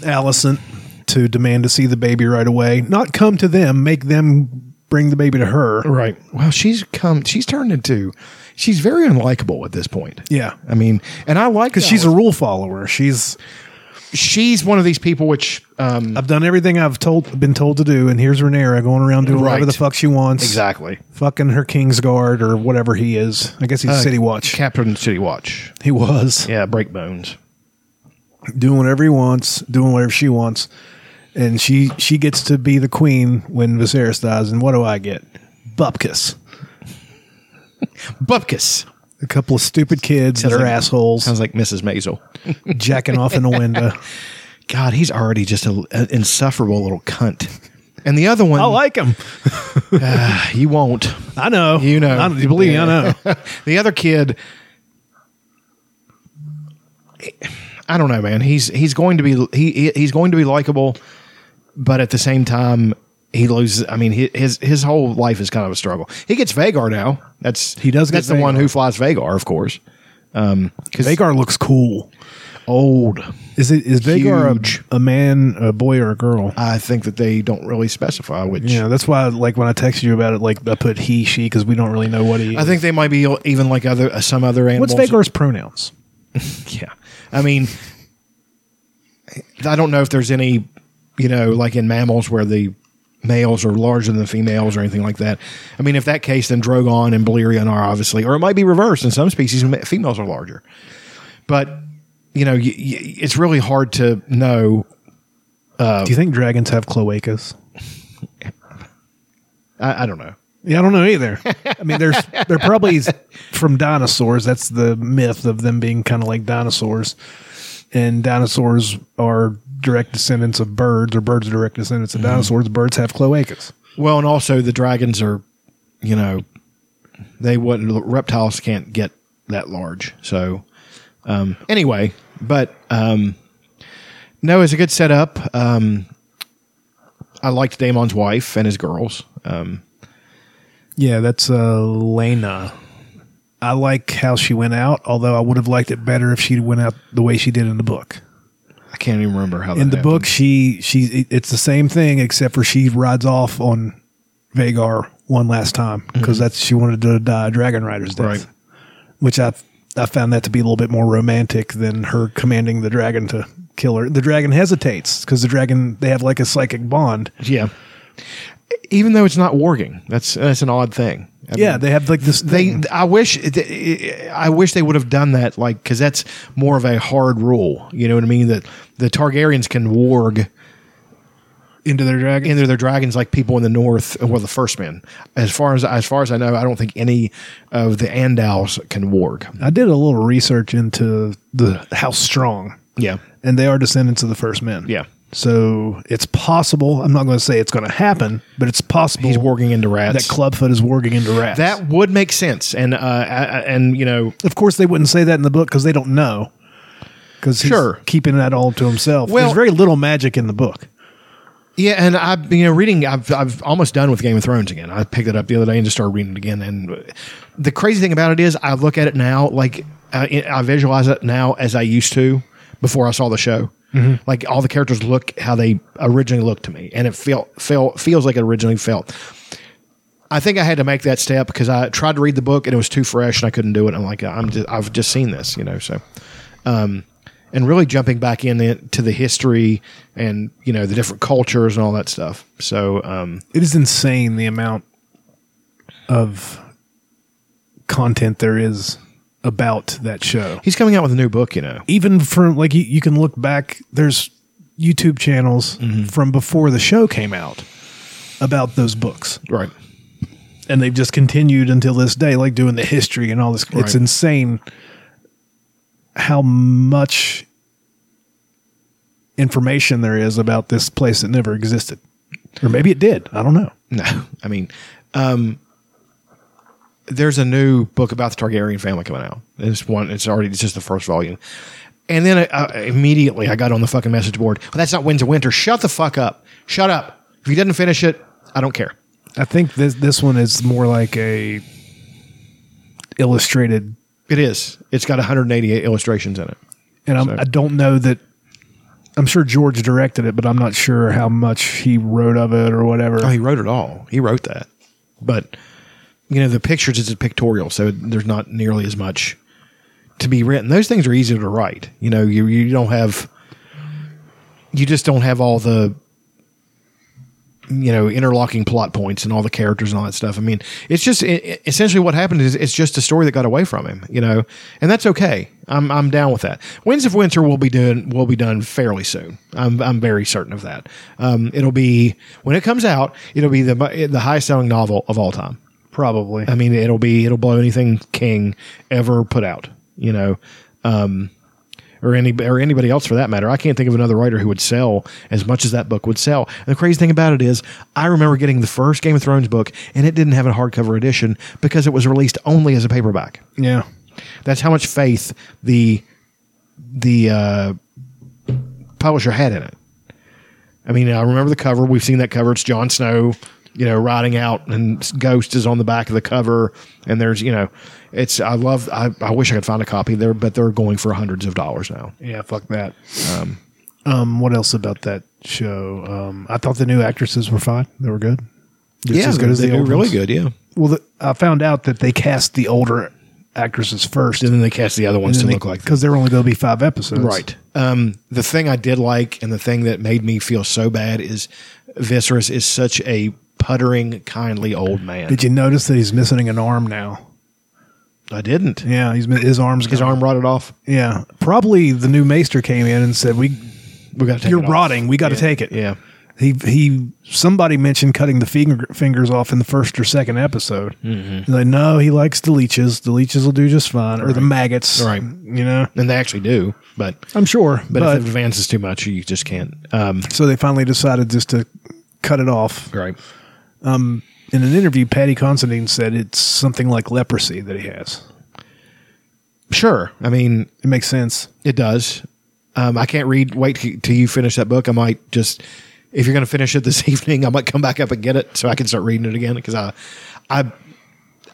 Allison to demand to see the baby right away, not come to them, make them bring the baby to her. Right. Well, she's come. She's turned into. She's very unlikable at this point. Yeah. I mean, and I like because she's a rule follower. She's she's one of these people which um, I've done everything I've told been told to do, and here's Renera going around doing right. whatever the fuck she wants. Exactly. Fucking her King's Guard or whatever he is. I guess he's uh, City Watch. Captain City Watch. He was. Yeah, Breakbones. Doing whatever he wants, doing whatever she wants. And she she gets to be the queen when Viserys dies, and what do I get? Bupkis. Bupkis a couple of stupid kids sounds that are like, assholes. Sounds like Mrs. Maisel jacking off in the window. God, he's already just an insufferable little cunt. And the other one, I like him. uh, you won't. I know. You know. I, Oh, you believe yeah. me? I know. the other kid. I don't know, man. He's he's going to be he he's going to be likable, but at the same time, he loses. I mean, his his whole life is kind of a struggle. He gets Vagar now. That's he does. That's the Vagar. one who flies Vagar, of course. Um, because Vagar looks cool. Old is it? Is Vagar a, a, man, a boy, or a girl? I think that they don't really specify which. Yeah, that's why. Like when I texted you about it, like I put he, she, because we don't really know what he. I is. think they might be even like other uh, some other animals. What's Vagar's pronouns? yeah, I mean, I don't know if there's any, you know, like in mammals where the males are larger than females or anything like that. I mean, if that case, then Drogon and Balerion are obviously, or it might be reversed. In some species, females are larger. But, you know, y- y- it's really hard to know. Uh, Do you think dragons have cloacas? I, I don't know. Yeah, I don't know either. I mean, there's they're probably from dinosaurs. That's the myth of them being kind of like dinosaurs, and dinosaurs are direct descendants of birds, or birds are direct descendants of dinosaurs. Mm. Birds have cloacas. Well, and also the dragons are, you know, they wouldn't reptiles can't get that large. So, um, anyway, but um, no, it's a good setup. Um, I liked Damon's wife and his girls. yeah, that's uh, Lena. I like how she went out, although I would have liked it better if she went out the way she did in the book. I can't even remember how. In the happened. book, she she it's the same thing except for she rides off on Vagar one last time because mm-hmm. that's she wanted to die Dragon Rider's death, right. which I I found that to be a little bit more romantic than her commanding the dragon to kill her. The dragon hesitates because the dragon they have like a psychic bond. Yeah. Even though it's not warging, that's that's an odd thing. I yeah, mean, they have like this. They, thing. I wish, I wish they would have done that, like because that's more of a hard rule. You know what I mean? That the Targaryens can warg into their dragons, into their dragons, like people in the north or well, the First Men. As far as as far as I know, I don't think any of the Andals can warg. I did a little research into the House Strong. Yeah, and they are descendants of the First Men. Yeah, So it's possible. I'm not going to say it's going to happen, but it's possible He's warging into rats. that Clubfoot is warging into rats. That would make sense, and uh, I- I- and you know, of course, they wouldn't say that in the book because they don't know. Because he's Sure. keeping that all to himself. Well- There's very little magic in the book. yeah, and I, you know, reading, I've I've almost done with Game of Thrones again. I picked it up the other day and just started reading it again. And the crazy thing about it is, I look at it now like I, I visualize it now as I used to before I saw the show. Like all the characters look how they originally looked to me, and it felt felt feels like it originally felt. I think I had to make that step because I tried to read the book and it was too fresh and I couldn't do it. I'm like, I'm just, I've just seen this, you know. So, um, and really jumping back into the history and you know the different cultures and all that stuff. So, um, It is insane the amount of content there is about that show. he's coming out with a new book, you know. even from like you, you can look back there's youtube channels from before the show came out about those books Right. and they've just continued until this day like doing the history and all this Right. it's insane how much information there is about this place that never existed or maybe it did i don't know No, I mean, um, there's a new book about the Targaryen family coming out. It's one. It's already. It's just the first volume. And then I, I, immediately I got on the fucking message board. Well, that's not Winds of Winter. Shut the fuck up. Shut up. If he doesn't finish it, I don't care. i think this this one is more like a illustrated It is. It's got 188 illustrations in it. and I'm, So- I don't know that. I'm sure George directed it, but I'm not sure how much he wrote of it or whatever. Oh, he wrote it all. He wrote that. But you know, the pictures it's a pictorial, so there's not nearly as much to be written. Those things are easier to write. You know, you you don't have you just don't have all the you know interlocking plot points and all the characters and all that stuff. I mean, it's just i i- essentially what happened is it's just a story that got away from him, you know, and that's okay. I'm I'm down with that. Winds of Winter will be doing will be done fairly soon. I'm I'm very certain of that. Um, it'll be when it comes out, it'll be the mu- the highest selling novel of all time. Probably. I mean, it'll be it'll blow anything King ever put out, you know, um, or any or anybody else for that matter. I can't think of another writer who would sell as much as that book would sell. And the crazy thing about it is, I remember getting the first Game of Thrones book, and it didn't have a hardcover edition because it was released only as a paperback. yeah. That's how much faith the the uh, publisher had in it. I mean, I remember the cover. We've seen that cover. It's Jon Snow, you know, riding out, and Ghost is on the back of the cover. And there's, you know, it's. I love. I, I wish I could find a copy there, but they're going for hundreds of dollars now. Yeah. Fuck that. Um, um, what else about that show? Um, I thought the new actresses were fine. They were good. Just as good as the they're old really ones. good. Yeah. Well, the, I found out that they cast the older actresses first. And then they cast the other ones to look like because there were only going to be five episodes. Right. Um, the thing I did like and the thing that made me feel so bad is Viserys is such a puttering, kindly old man. Did you notice that he's missing an arm now? I didn't. Yeah, he's his arms. His gone. arm rotted off. Yeah, probably the new maester came in and said, "We We got to take you're it off. rotting. We got to Yeah. take it. Yeah. He he. Somebody mentioned cutting the finger, fingers off in the first or second episode. Like, no, he likes the leeches. The leeches will do just fine, or the maggots. Mm-hmm. Right. You know, And they actually do, but I'm sure. but, But, if it advances too much, you just can't. Um, so they finally decided just to cut it off. right. In an interview, Patty Considine said it's something like leprosy that he has. Sure. I mean, It makes sense. it does. Um, I can't read. Wait t- till you finish that book. I might just, if you're going to finish it this evening, I might come back up and get it so I can start reading it again because I, I,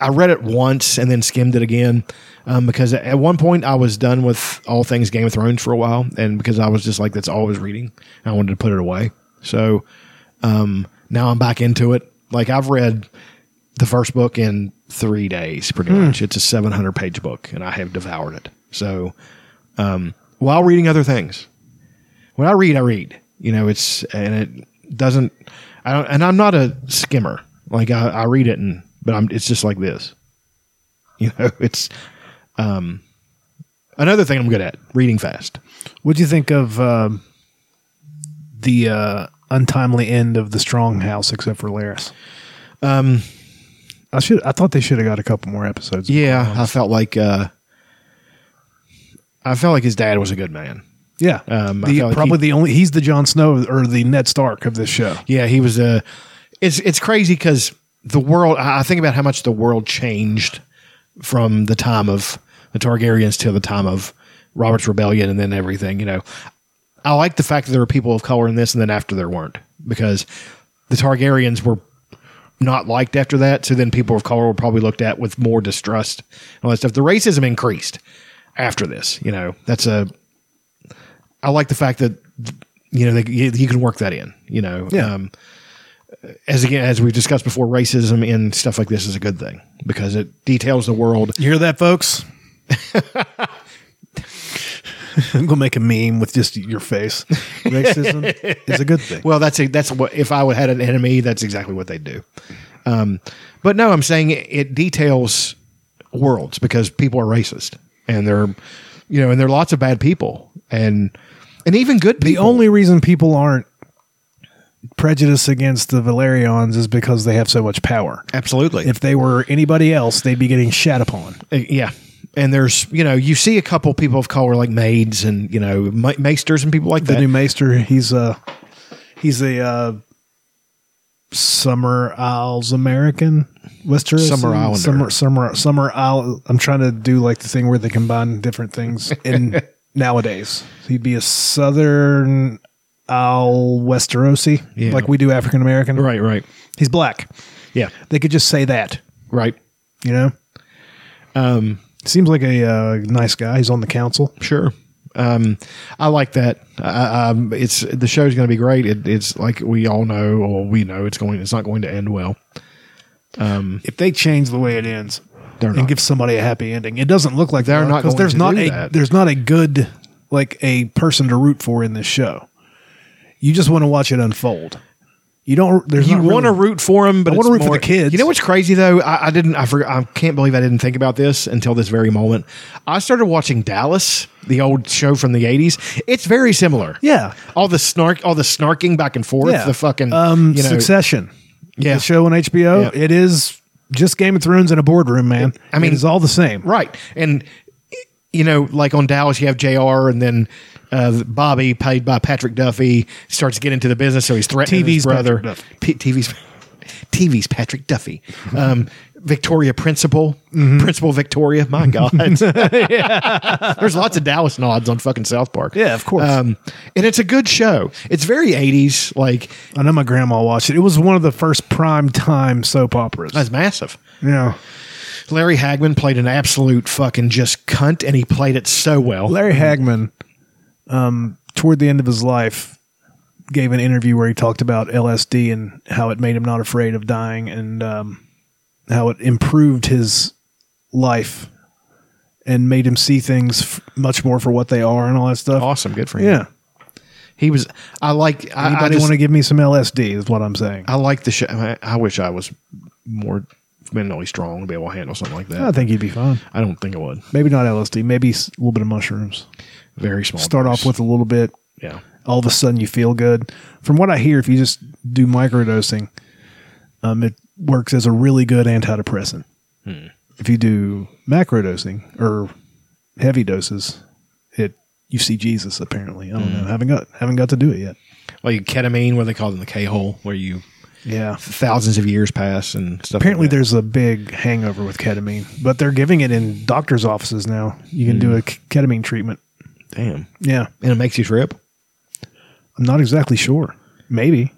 I read it once and then skimmed it again um, because at one point I was done with all things Game of Thrones for a while and because I was just like that's all I was reading. I wanted to put it away. So um, now I'm back into it. Like I've read the first book in three days, pretty much. It's a 700 page book, and I have devoured it. So, um, while reading other things, when I read, I read. You know, it's and it doesn't. I don't, and I'm not a skimmer. Like I, I read it, and but I'm. It's just like this. You know, it's um, another thing I'm good at reading fast. What do you think of um, the uh, untimely end of the Strong House, except for Laris? Um, Um, I should. I thought they should have got a couple more episodes. Um, Yeah, I felt like uh, I felt like his dad was a good man. Yeah, Um, I The- felt like probably he- the only he's the Jon Snow of- or the Ned Stark of this show. Yeah, he was a. It's it's crazy because the world. I I think about how much the world changed from the time of the Targaryens till the time of Robert's Rebellion, and then everything. You know, I like the fact that there were people of color in this, and then after there weren't because the Targaryens were not liked after that. So then people of color were probably looked at with more distrust and all that stuff. The racism increased after this. You know, that's a. I like the fact that you know they, you, you can work that in. You know, Yeah. Um, as again as we've discussed before, racism in stuff like this is a good thing because it details the world. You hear that, folks? I'm gonna make a meme with just your face. Racism is a good thing. Well, that's a, that's what if I would had an enemy, that's exactly what they'd do. Um, but no, I'm saying it, it details worlds because people are racist and they're you know and there are lots of bad people and and even good people. The only reason people aren't prejudiced against the Valerians is because they have so much power. absolutely If they were anybody else, they'd be getting shat upon. Uh, yeah and there's you know you see a couple people of color like maids and you know ma- maesters and people like The that new Maester, he's a he's a uh, Summer Isles American, Westeros, Summer Islander. Summer Summer Summer Isle. I'm trying to do like the thing where they combine different things in nowadays. He'd be a Southern Isle Westerosi, Yeah. like we do African American. right right He's black. yeah They could just say that. right you know um Um, seems like a uh, nice guy he's on the council Sure. Um, I like that. I, um, it's the show's going to be great. It, it's like we all know, or we know, it's going. It's not going to end well. if they change the way it ends They're and not. give somebody a happy ending it doesn't look like They're they are, not 'cause going there's to not do a that. there's not a good like a person to root for in this show you just want to watch it unfold you don't there's You not want to really- root for them, but I wanna it's root for more- the kids. You know what's crazy though? I, I didn't. I forgot. I can't believe I didn't think about this until this very moment. I started watching Dallas, the old show from the '80s. It's very similar. yeah All the snark, all the snarking back and forth. yeah The fucking um you know, succession Yeah. the show on hbo Yeah. it is just game of thrones in a boardroom man I mean- it's all the same Right. And, you know, like on Dallas, you have JR and then uh, Bobby, paid by Patrick Duffy, starts getting into the business. So he's threatening TV's his brother. Patrick Duffy. P- TV's, TV's Patrick Duffy. Um, Victoria Principal. Mm-hmm. Principal Victoria. My God. There's lots of Dallas nods on fucking South Park. Yeah, of course. Um, and it's a good show. It's very 80s. Like, i know my grandma watched it it was one of the first prime time soap operas that's massive. yeah Larry Hagman played an absolute fucking just cunt, and he played it so well. Larry Hagman, um, toward the end of his life, gave an interview where he talked about LSD and how it made him not afraid of dying and um, how it improved his life and made him see things f- much more for what they are and all that stuff. Awesome. Good for him. Yeah. He was. I like. I, I Anybody just. want to give me some LSD? Is what I'm saying. I like the show. I, I wish I was more mentally strong to be able to handle something like that. I think he'd be fine. I don't think I would. Maybe not LSD. Maybe s- a little bit of mushrooms. Very small. Start off dose. with a little bit. Yeah. all of a sudden you feel good. From what I hear, if you just do microdosing, um, it works as a really good antidepressant. If you do macrodosing or heavy doses, it you see Jesus apparently. I don't know. Haven't got haven't got to do it yet. Like ketamine, what they call them, the K hole, where you Yeah. thousands of years pass and stuff. Apparently like that. there's a big hangover with ketamine, but they're giving it in doctors' offices now. You can do a k- ketamine treatment. damn, Yeah. and it makes you trip. I'm not exactly sure. Maybe.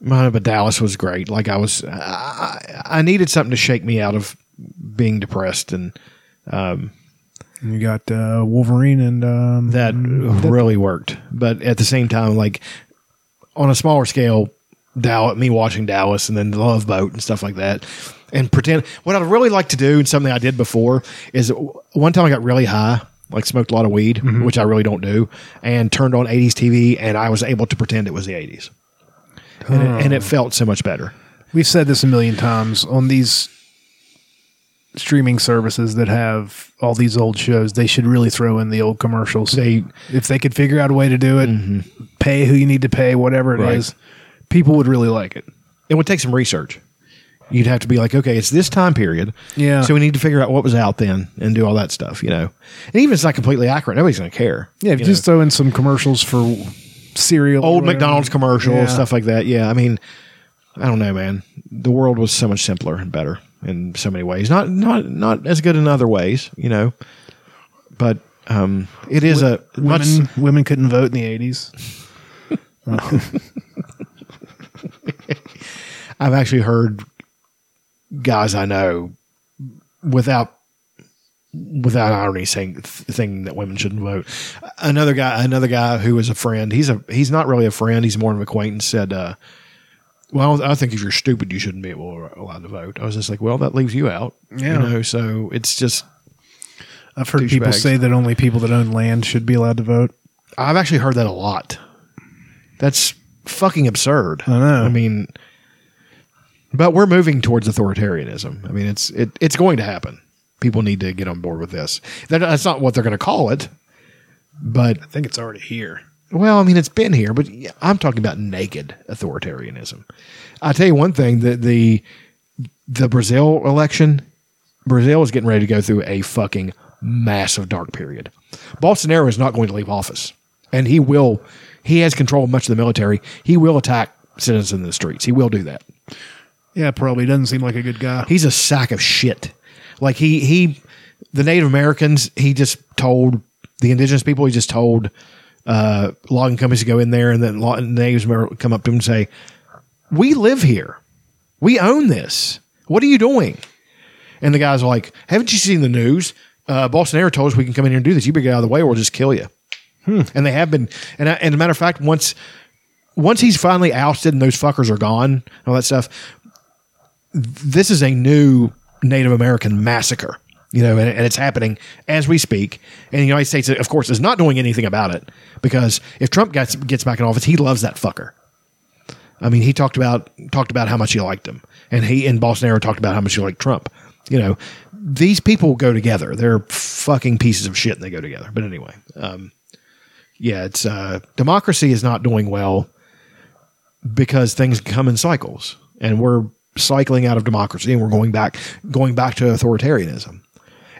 No, but Dallas was great. Like I was, I, I I needed something to shake me out of being depressed, and You got uh, Wolverine and um, that really worked. But at the same time, like on a smaller scale, Dallas, me watching Dallas and then the Love Boat and stuff like that, and pretend what I'd really like to do and something I did before is one time I got really high, like smoked a lot of weed, Mm-hmm. which I really don't do, and turned on 80s TV and I was able to pretend it was the 80s, and, it, and it felt so much better. We've said this a million times on these streaming services that have all these old shows. They should really throw in the old commercials. They- if they could figure out a way to do it, Mm-hmm. pay who you need to pay, whatever it is, Right. people would really like it. It would take some research. You'd have to be like, okay, it's this time period. Yeah. So we need to figure out what was out then and do all that stuff, you know. And even if it's not completely accurate, nobody's going to care. Yeah, you know? just throw in some commercials for cereal, or old whatever. McDonald's commercials, Yeah. stuff like that. Yeah, I mean, I don't know, man. The world was so much simpler and better in so many ways. Not not not as good in other ways, you know. But um, it is a much, Women, women couldn't vote in the eighties. I've actually heard guys I know without without irony saying th- thing that women shouldn't vote. Another guy, another guy who is a friend. He's a he's not really a friend. He's more of an acquaintance. Said, uh, "Well, I think if you're stupid, you shouldn't be able- allowed to vote." I was just like, "Well, that leaves you out." Yeah. You know, so it's just I've heard people Douchebags. say that only people that own land should be allowed to vote. I've actually heard that a lot. That's fucking absurd. I know. I mean, but we're moving towards authoritarianism. I mean, it's it, it's going to happen. People need to get on board with this. That- That's not what they're going to call it, but I think it's already here. well, I mean, it's been here, but yeah, I'm talking about naked authoritarianism. I tell you one thing that the the Brazil election, Brazil is getting ready to go through a fucking massive dark period. Bolsonaro is not going to leave office, and he will. He has control of much of the military. He will attack citizens in the streets. He will do that. Yeah, probably doesn't seem like a good guy. He's a sack of shit. Like he he, the Native Americans. He just told the indigenous people. He just told uh, logging companies to go in there, and then lo- natives mer- come up to him and say, "We live here. We own this. What are you doing?" And the guys are like, "Haven't you seen the news? Uh, Bolsonaro told us we can come in here and do this. You better get out of the way, or we'll just kill you." And they have been. And I, and a matter of fact, once once he's finally ousted and those fuckers are gone, and all that stuff, this is a new Native American massacre, you know, and, and it's happening as we speak. And the United States, of course, is not doing anything about it because if Trump gets gets back in office, he loves that fucker. I mean, he talked about talked about how much he liked him, and he and Bolsonaro talked about how much he liked Trump. You know, these people go together. They're fucking pieces of shit, and they go together. But anyway, um, yeah, it's uh, democracy is not doing well because things come in cycles and we're cycling out of democracy and we're going back going back to authoritarianism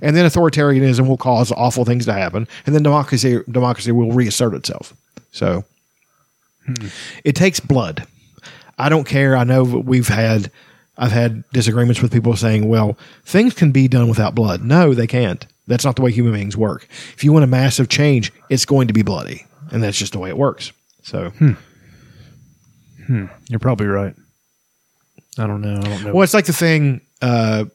and then authoritarianism will cause awful things to happen and then democracy democracy will reassert itself so it takes blood i don't care i know that we've had i've had disagreements with people saying well things can be done without blood no they can't that's not the way human beings work if you want a massive change it's going to be bloody and that's just the way it works so You're probably right. I don't know. I don't know. Well, it's like the thing. Uh,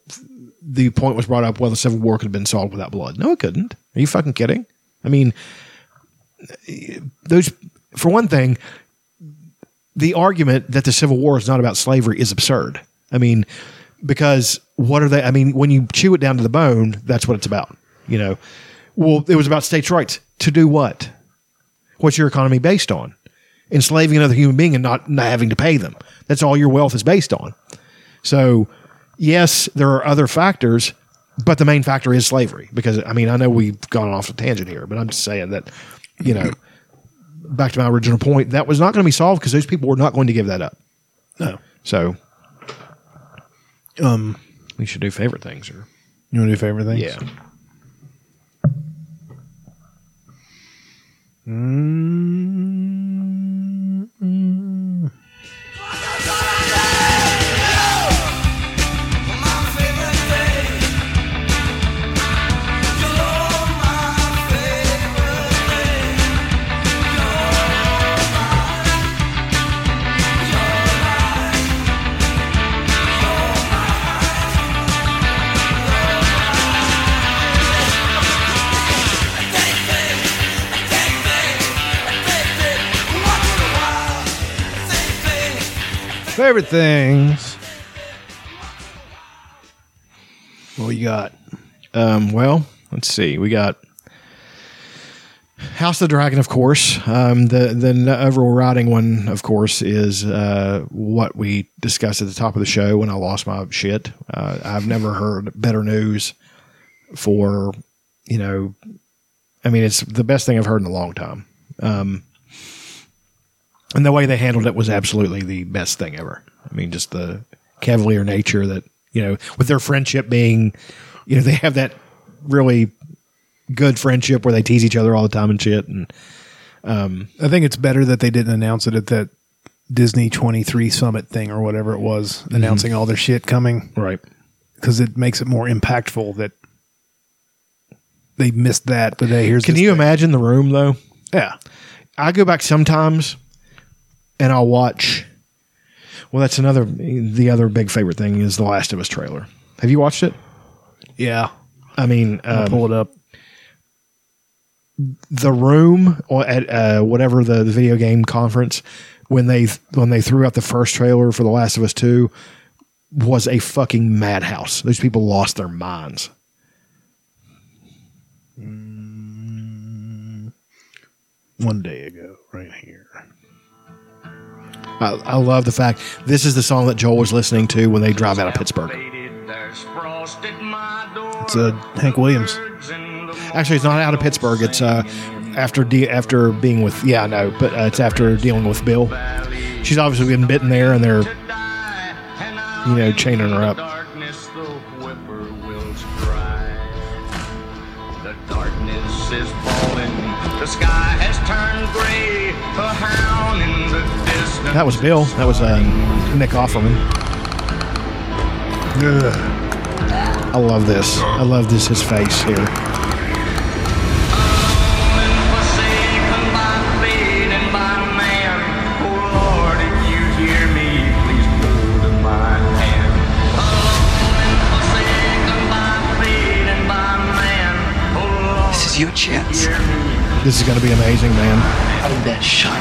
the point was brought up: well, the Civil War could have been solved without blood. No, it couldn't. Are you fucking kidding? I mean, those. For one thing, the argument that the Civil War is not about slavery is absurd. I mean, because what are they? I mean, when you chew it down to the bone, that's what it's about. You know, well, it was about states' rights to do what? What's your economy based on? Enslaving another human being and not, not having to pay them. That's all your wealth is based on. So, yes, there are other factors, but the main factor is slavery. Because I mean, I know we've gone off a tangent here, but I'm just saying that, you know, back to my original point, that was not going to be solved because those people were not going to give that up. no. So, um, we should do favorite things, or You want to do favorite things? yeah, Favorite things. What you got? um, well, let's see, we got. House of the Dragon, of course. Um, the the overriding one, of course, is uh, what we discussed at the top of the show when I lost my shit. Uh, I've never heard better news for you know. I mean, it's the best thing I've heard in a long time. Um, and the way they handled it was absolutely the best thing ever. I mean, just the cavalier nature that you know with their friendship being you know they have that really good friendship where they tease each other all the time and shit and um I think it's better that they didn't announce it at that Disney 23 summit thing or whatever it was Mm-hmm. announcing all their shit coming right cuz it makes it more impactful that they missed that but hey here's can this you thing. imagine the room though yeah I go back sometimes and I'll watch. Well, that's another. The other big favorite thing is the Last of Us trailer. Have you watched it? yeah I mean, I'll um, pull it up the room or at uh, whatever the, the video game conference when they when they threw out the first trailer for The Last of Us Two was a fucking madhouse. Those people lost their minds. one day ago right here I, I love the fact this is the song that Joel was listening to when they drive out of Pittsburgh. it's uh, Hank Williams Actually, it's not out of Pittsburgh. It's uh, after de- after being with yeah, I know, but uh, it's after dealing with Bill. She's obviously been bitten there, and they're you know chaining her up. Darkness, the whippoorwills cry. The darkness is falling. The sky has turned gray. A hound in the distance. That was Bill. That was uh, Nick Offerman. I love this. I love this. His face here. Forsaken by fate and by man. Oh Lord, if you hear me, please hold my hand. Alone and forsaken by fate and by man. Oh Lord, This is your chance. hear me. This is going to be amazing, man. Hold that shot.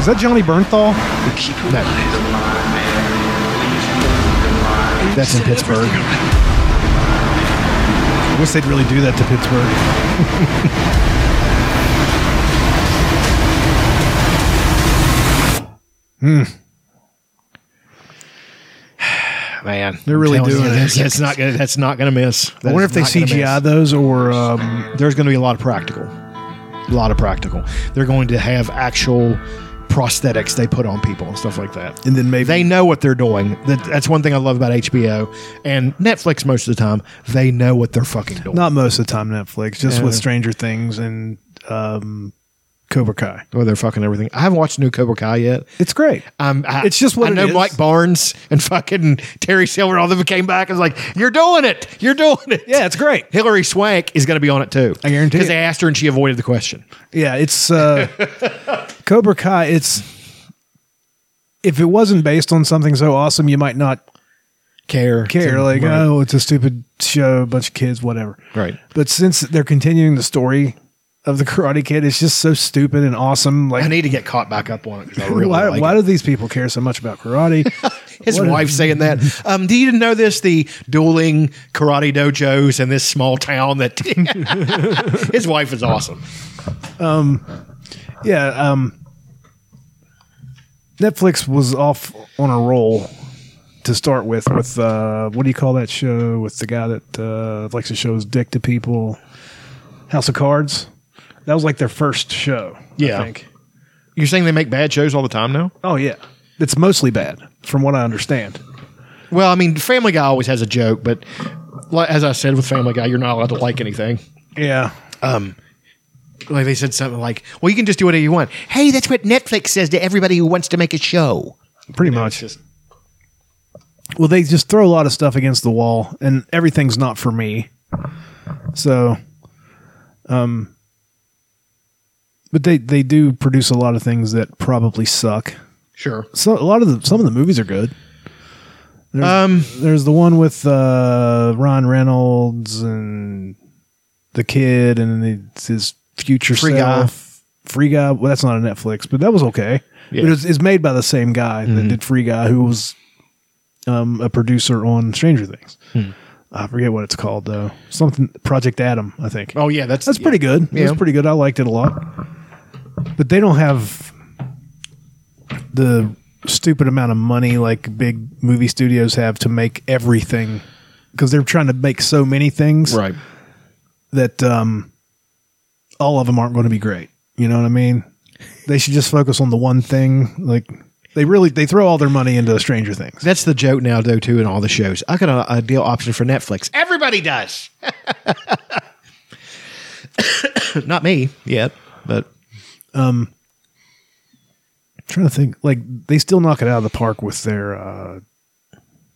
is that Johnny Bernthal We'll keep her alive. That's in Pittsburgh. I wish they'd really do that to Pittsburgh Hmm. Man, They're really I'm telling doing you, it. That's, that's not. Gonna, that's not going to miss. That I wonder is if they not gonna CGI miss. those or um, There's going to be a lot of practical. A lot of practical. They're going to have actual prosthetics they put on people and stuff like that. and then maybe they know what they're doing. That- That's one thing I love about HBO and Netflix. Most of the time, they know what they're fucking doing. Not most of the time, Netflix. Just Yeah. with Stranger Things and um, Cobra Kai. Or they're fucking everything. I haven't watched new Cobra Kai yet. It's great. Um, I, It's just what I it know. is. Mike Barnes and fucking Terry Silver, all of them came back and was like, "You're doing it. You're doing it." Yeah, it's great. Hillary Swank is going to be on it too. I guarantee Because it. they asked her and she avoided the question. Yeah, it's uh, Cobra Kai. It's if it wasn't based on something so awesome, you might not Care, care. like, right. oh, it's a stupid show, a bunch of kids, whatever. Right. But since they're continuing the story of the Karate Kid, it's just so stupid and awesome. Like, I need to get caught back up on it because I really why, like why it. do these people care so much about karate? His what- wife saying that. Um, do you didn't know this? The dueling karate dojos in this small town. That his wife is awesome. Yeah, um Netflix was off on a roll to start with with uh what do you call that show with the guy that uh likes to show his dick to people? House of Cards. That was like their first show, Yeah. I think. You're saying they make bad shows all the time now? Oh yeah. It's mostly bad, from what I understand. Well, I mean, Family Guy always has a joke, but li- as I said with Family Guy, you're not allowed to like anything. Yeah. Like they said something like, "Well, you can just do whatever you want." Hey, that's what Netflix says to everybody who wants to make a show. Pretty much. well, they just throw a lot of stuff against the wall, and everything's not for me. So, um, but they they do produce a lot of things that probably suck. Sure. So a lot of the some of the movies are good. There's, Um, there's the one with uh, Ron Reynolds and the kid, and then it's his future Free Guy. self. Free Guy. Well, that's not on Netflix, but that was okay. Yeah. Mm-hmm. But it's, it's made by the same guy that did Free Guy, who was um, a producer on Stranger Things. Hmm. I forget what it's called though. Something Project Adam, I think. Oh yeah, that's That's pretty good. It Yeah. was pretty good. I liked it a lot. But they don't have the stupid amount of money like big movie studios have to make everything because they're trying to make so many things right. that um, all of them aren't going to be great. You know what I mean? They should just focus on the one thing. Like They really they throw all their money into Stranger Things. That's the joke now, though, too, in all the shows. I got a, a deal option for Netflix. Everybody does. Not me yet, but um, trying to think. Like they still knock it out of the park with their uh,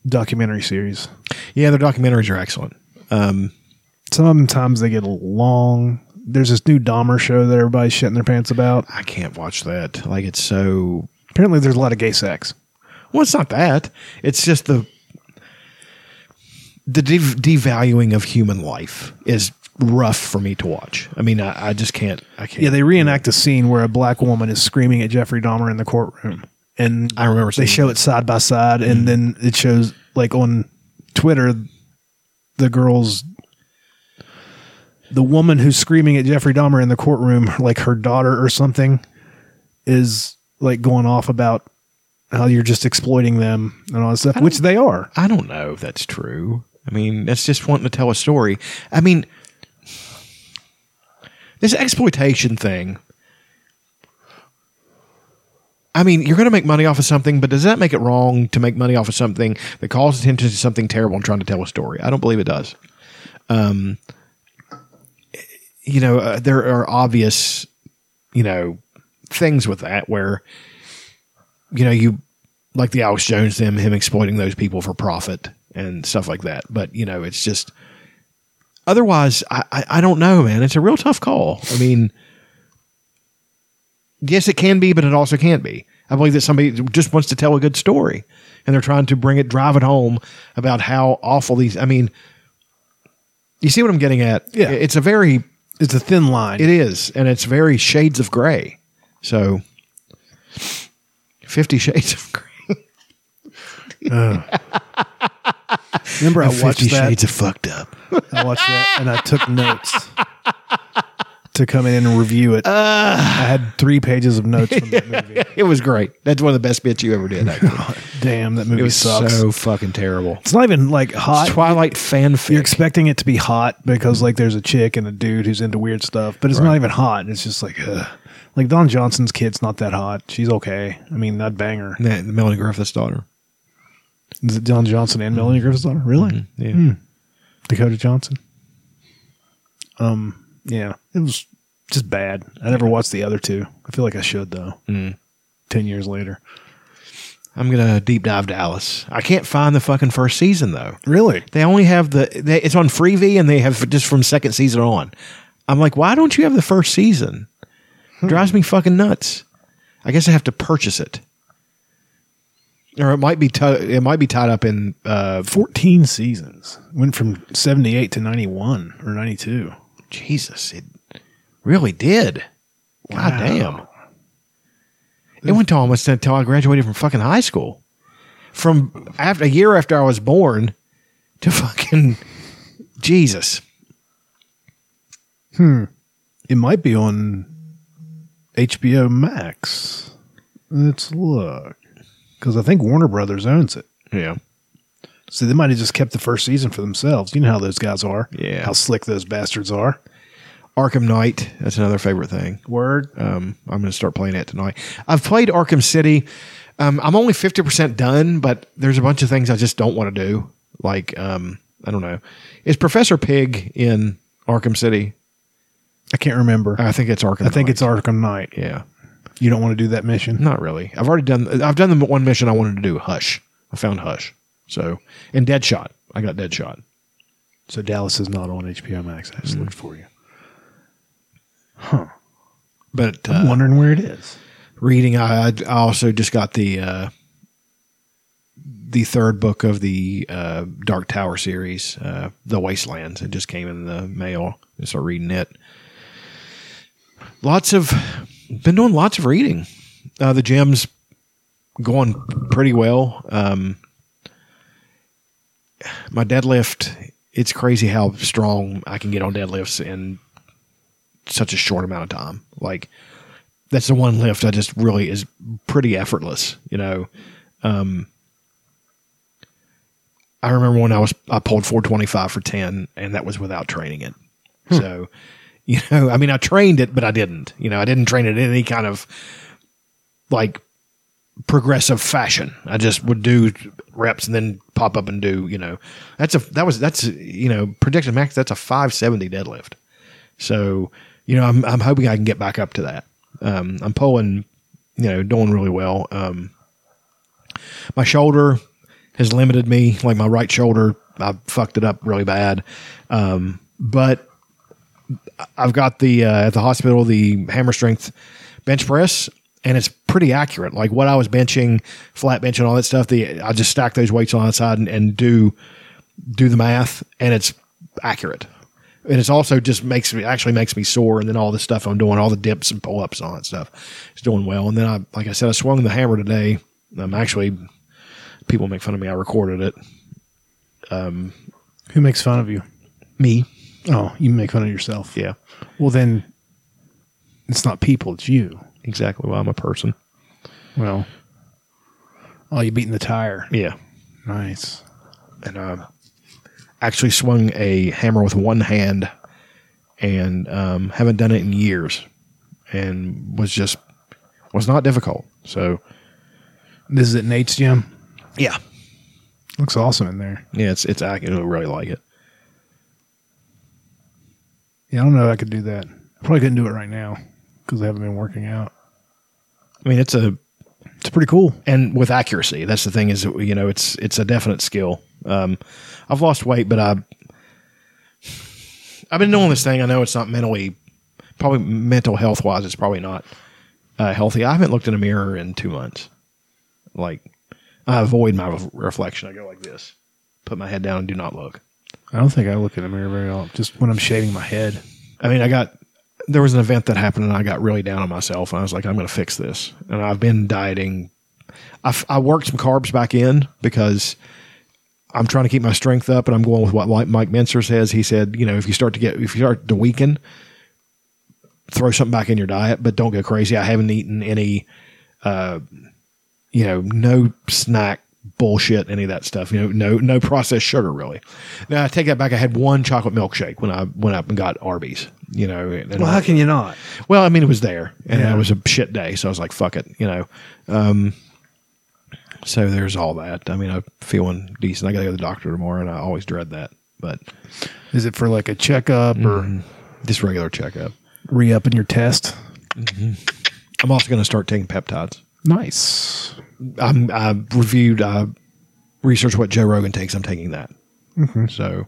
documentary series. Yeah, their documentaries are excellent. Um, Sometimes they get long. There's this new Dahmer show that everybody's shitting their pants about. I can't watch that. Like it's so. Apparently, there's a lot of gay sex. Well, it's not that. It's just the the dev- devaluing of human life is rough for me to watch. I mean, I, I just can't. I can't. Yeah, they reenact a scene where a black woman is screaming at Jeffrey Dahmer in the courtroom, and I remember they seeing show that. it side by side, Mm. and then it shows like on Twitter, the girls, the woman who's screaming at Jeffrey Dahmer in the courtroom, like her daughter or something, is like going off about how you're just exploiting them and all that stuff, which they are. I don't know if that's true. I mean, that's just wanting to tell a story. I mean, this exploitation thing. I mean, you're going to make money off of something, but does that make it wrong to make money off of something that calls attention to something terrible and trying to tell a story? I don't believe it does. Um, you know, uh, there are obvious, you know, things with that where, you know, you like the Alex Jones, them, him exploiting those people for profit and stuff like that. But, you know, it's just, otherwise, I, I, I don't know, man. It's a real tough call. I mean, yes, it can be, but it also can't be. I believe that somebody just wants to tell a good story and they're trying to bring it, drive it home about how awful these, I mean, you see what I'm getting at? Yeah. It's a very, It's a thin line. it is, and it's very shades of gray. So, Fifty Shades of Gray. Remember, I watched that. of fucked up. I watched that and I took notes to come in and review it. I had three pages of notes from that movie. It was great. That's one of the best bits you ever did. actually. Damn, that movie it was sucks. so fucking terrible. it's not even like hot. Twilight fanfic. You're expecting it to be hot because like there's a chick and a dude who's into weird stuff, but it's not even hot. It's just like, ugh. like Don Johnson's kid's not that hot. She's okay. I mean, I'd bang her. Nah, the Melanie Griffith's daughter. Is it Don Johnson and Melanie Griffith's daughter? Really? Yeah. Dakota Johnson. Um, yeah, it was just bad. I never watched the other two. I feel like I should though. Mm. Ten years later, I'm gonna deep dive to Alice. I can't find the fucking first season though. really? They only have the they, it's on Freevee and they have just from second season on. I'm like, why don't you have the first season? Drives me fucking nuts. I guess I have to purchase it, or it might be t- it might be tied up in uh, Fourteen seasons. Went from seventy eight to ninety one or ninety two. Jesus, it really did. God damn. It went to almost until I graduated from fucking high school. From after a year after I was born to fucking Jesus. It might be on HBO Max. Let's look because I think Warner Brothers owns it. Yeah. So they might have just kept the first season for themselves. You know how those guys are. Yeah. How slick those bastards are. Arkham Knight. That's another favorite thing. Word. Um, I'm going to start playing it tonight. I've played Arkham City. Um, I'm only 50% done, but there's a bunch of things I just don't want to do. Like, um, I don't know. Is Professor Pig in Arkham City? I can't remember. I think it's Arkham. I think Knight. it's Arkham Knight. Yeah. You don't want to do that mission. Not really. I've already done. I've done the one mission I wanted to do. Hush. I found Hush. So and Deadshot. I got Deadshot. So Dallas is not on HBO Max. I just looked for you. But I'm uh, wondering where it is. reading, I, I also just got the uh, the third book of the uh, Dark Tower series, uh, The Wastelands. It just came in the mail. I started reading it. Lots of been doing lots of reading. Uh, the gym's going pretty well. Um, my deadlift it's crazy how strong i can get on deadlifts in such a short amount of time like that's the one lift i just really is pretty effortless you know um i remember when i was i pulled 425 for 10 and that was without training it so you know i mean i trained it but i didn't you know i didn't train it in any kind of like progressive fashion. I just would do reps and then pop up and do you know that's a that was that's you know projected max that's a 570 deadlift. So you know I'm I'm hoping I can get back up to that. Um, I'm pulling you know doing really well. Um, my shoulder has limited me like my right shoulder I fucked it up really bad. Um, but I've got the uh, at the hospital the hammer strength bench press, and it's pretty accurate. Like what I was benching, flat bench, and all that stuff. The I just stack those weights on the side and, and do do the math, and it's accurate. And it's also just makes me actually makes me sore, and then all the stuff I'm doing, all the dips and pull ups, and all that stuff, it's doing well. And then I, like I said, I swung the hammer today. I'm actually people make fun of me. I recorded it. Um, Who makes fun of you? Me. Oh, you make fun of yourself. Yeah. Well, then it's not people, it's you. Exactly. Well, I'm a person. Well, oh, you beating the tire. Yeah. Nice. And uh, actually swung a hammer with one hand and um, haven't done it in years and was just, was not difficult. So, This is at Nate's gym. yeah. Looks awesome in there. Yeah. It's, it's, I really like it. Yeah, I don't know if I could do that. I probably couldn't do it right now because I haven't been working out. I mean, it's a, It's pretty cool. and with accuracy. That's the thing is, you know, it's it's a definite skill. Um, I've lost weight, but I I've been doing this thing. I know it's not mentally, probably mental health wise, it's probably not uh, healthy. I haven't looked in a mirror in two months. Like, I avoid my re- reflection. I go like this, put my head down, and do not look. I don't think I look in the mirror very often. Just when I'm shaving my head. I mean, I got there was an event that happened, and I got really down on myself. And I was like, I'm going to fix this. And I've been dieting. I, f- I worked some carbs back in because I'm trying to keep my strength up, and I'm going with what like Mike Menser says. He said, you know, if you start to get if you start to weaken, throw something back in your diet, but don't go crazy. I haven't eaten any, uh, you know, no snack bullshit, any of that stuff. You know, no no processed sugar really. Now I take that back. I had one chocolate milkshake when I went up and got Arby's. You know, and- and Well, I- how can you not? well, I mean, it was there, and Yeah. it was a shit day, so I was like, "Fuck it," you know. Um, so there's all that. I mean, I'm feeling decent. I got to go to the doctor tomorrow, and I always dread that, but Is it for like a checkup or just regular checkup. re upping your test? I'm also going to start taking peptides. Nice. I'm, I reviewed, I researched what Joe Rogan takes. I'm taking that, so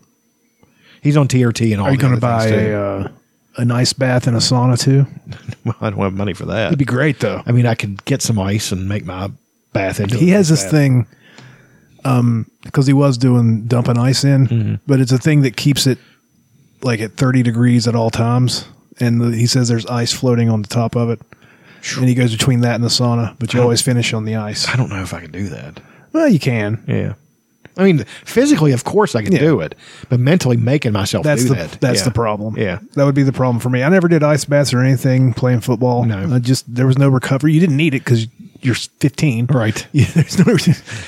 he's on TRT and all. Mm-hmm. Are you the going to other buy things, too. a, uh, a nice bath and a sauna too? Well, I don't have money for that. It'd be great though. I mean, I could get some ice and make my bath into. He a has this bath. thing, um, because he was doing dumping ice in, but it's a thing that keeps it like at 30 degrees at all times. And the, he says there's ice floating on the top of it. And he goes between that and the sauna, but you always finish on the ice. I don't know if I could do that. Well, you can. Yeah. I mean, physically, of course, I can Yeah. do it, but mentally making myself That's do the that. that's Yeah. the problem. Yeah. that would be the problem for me. I never did ice baths or anything playing football. No. I just there was no recovery. You didn't need it because you're 15, Right. Yeah, there's no.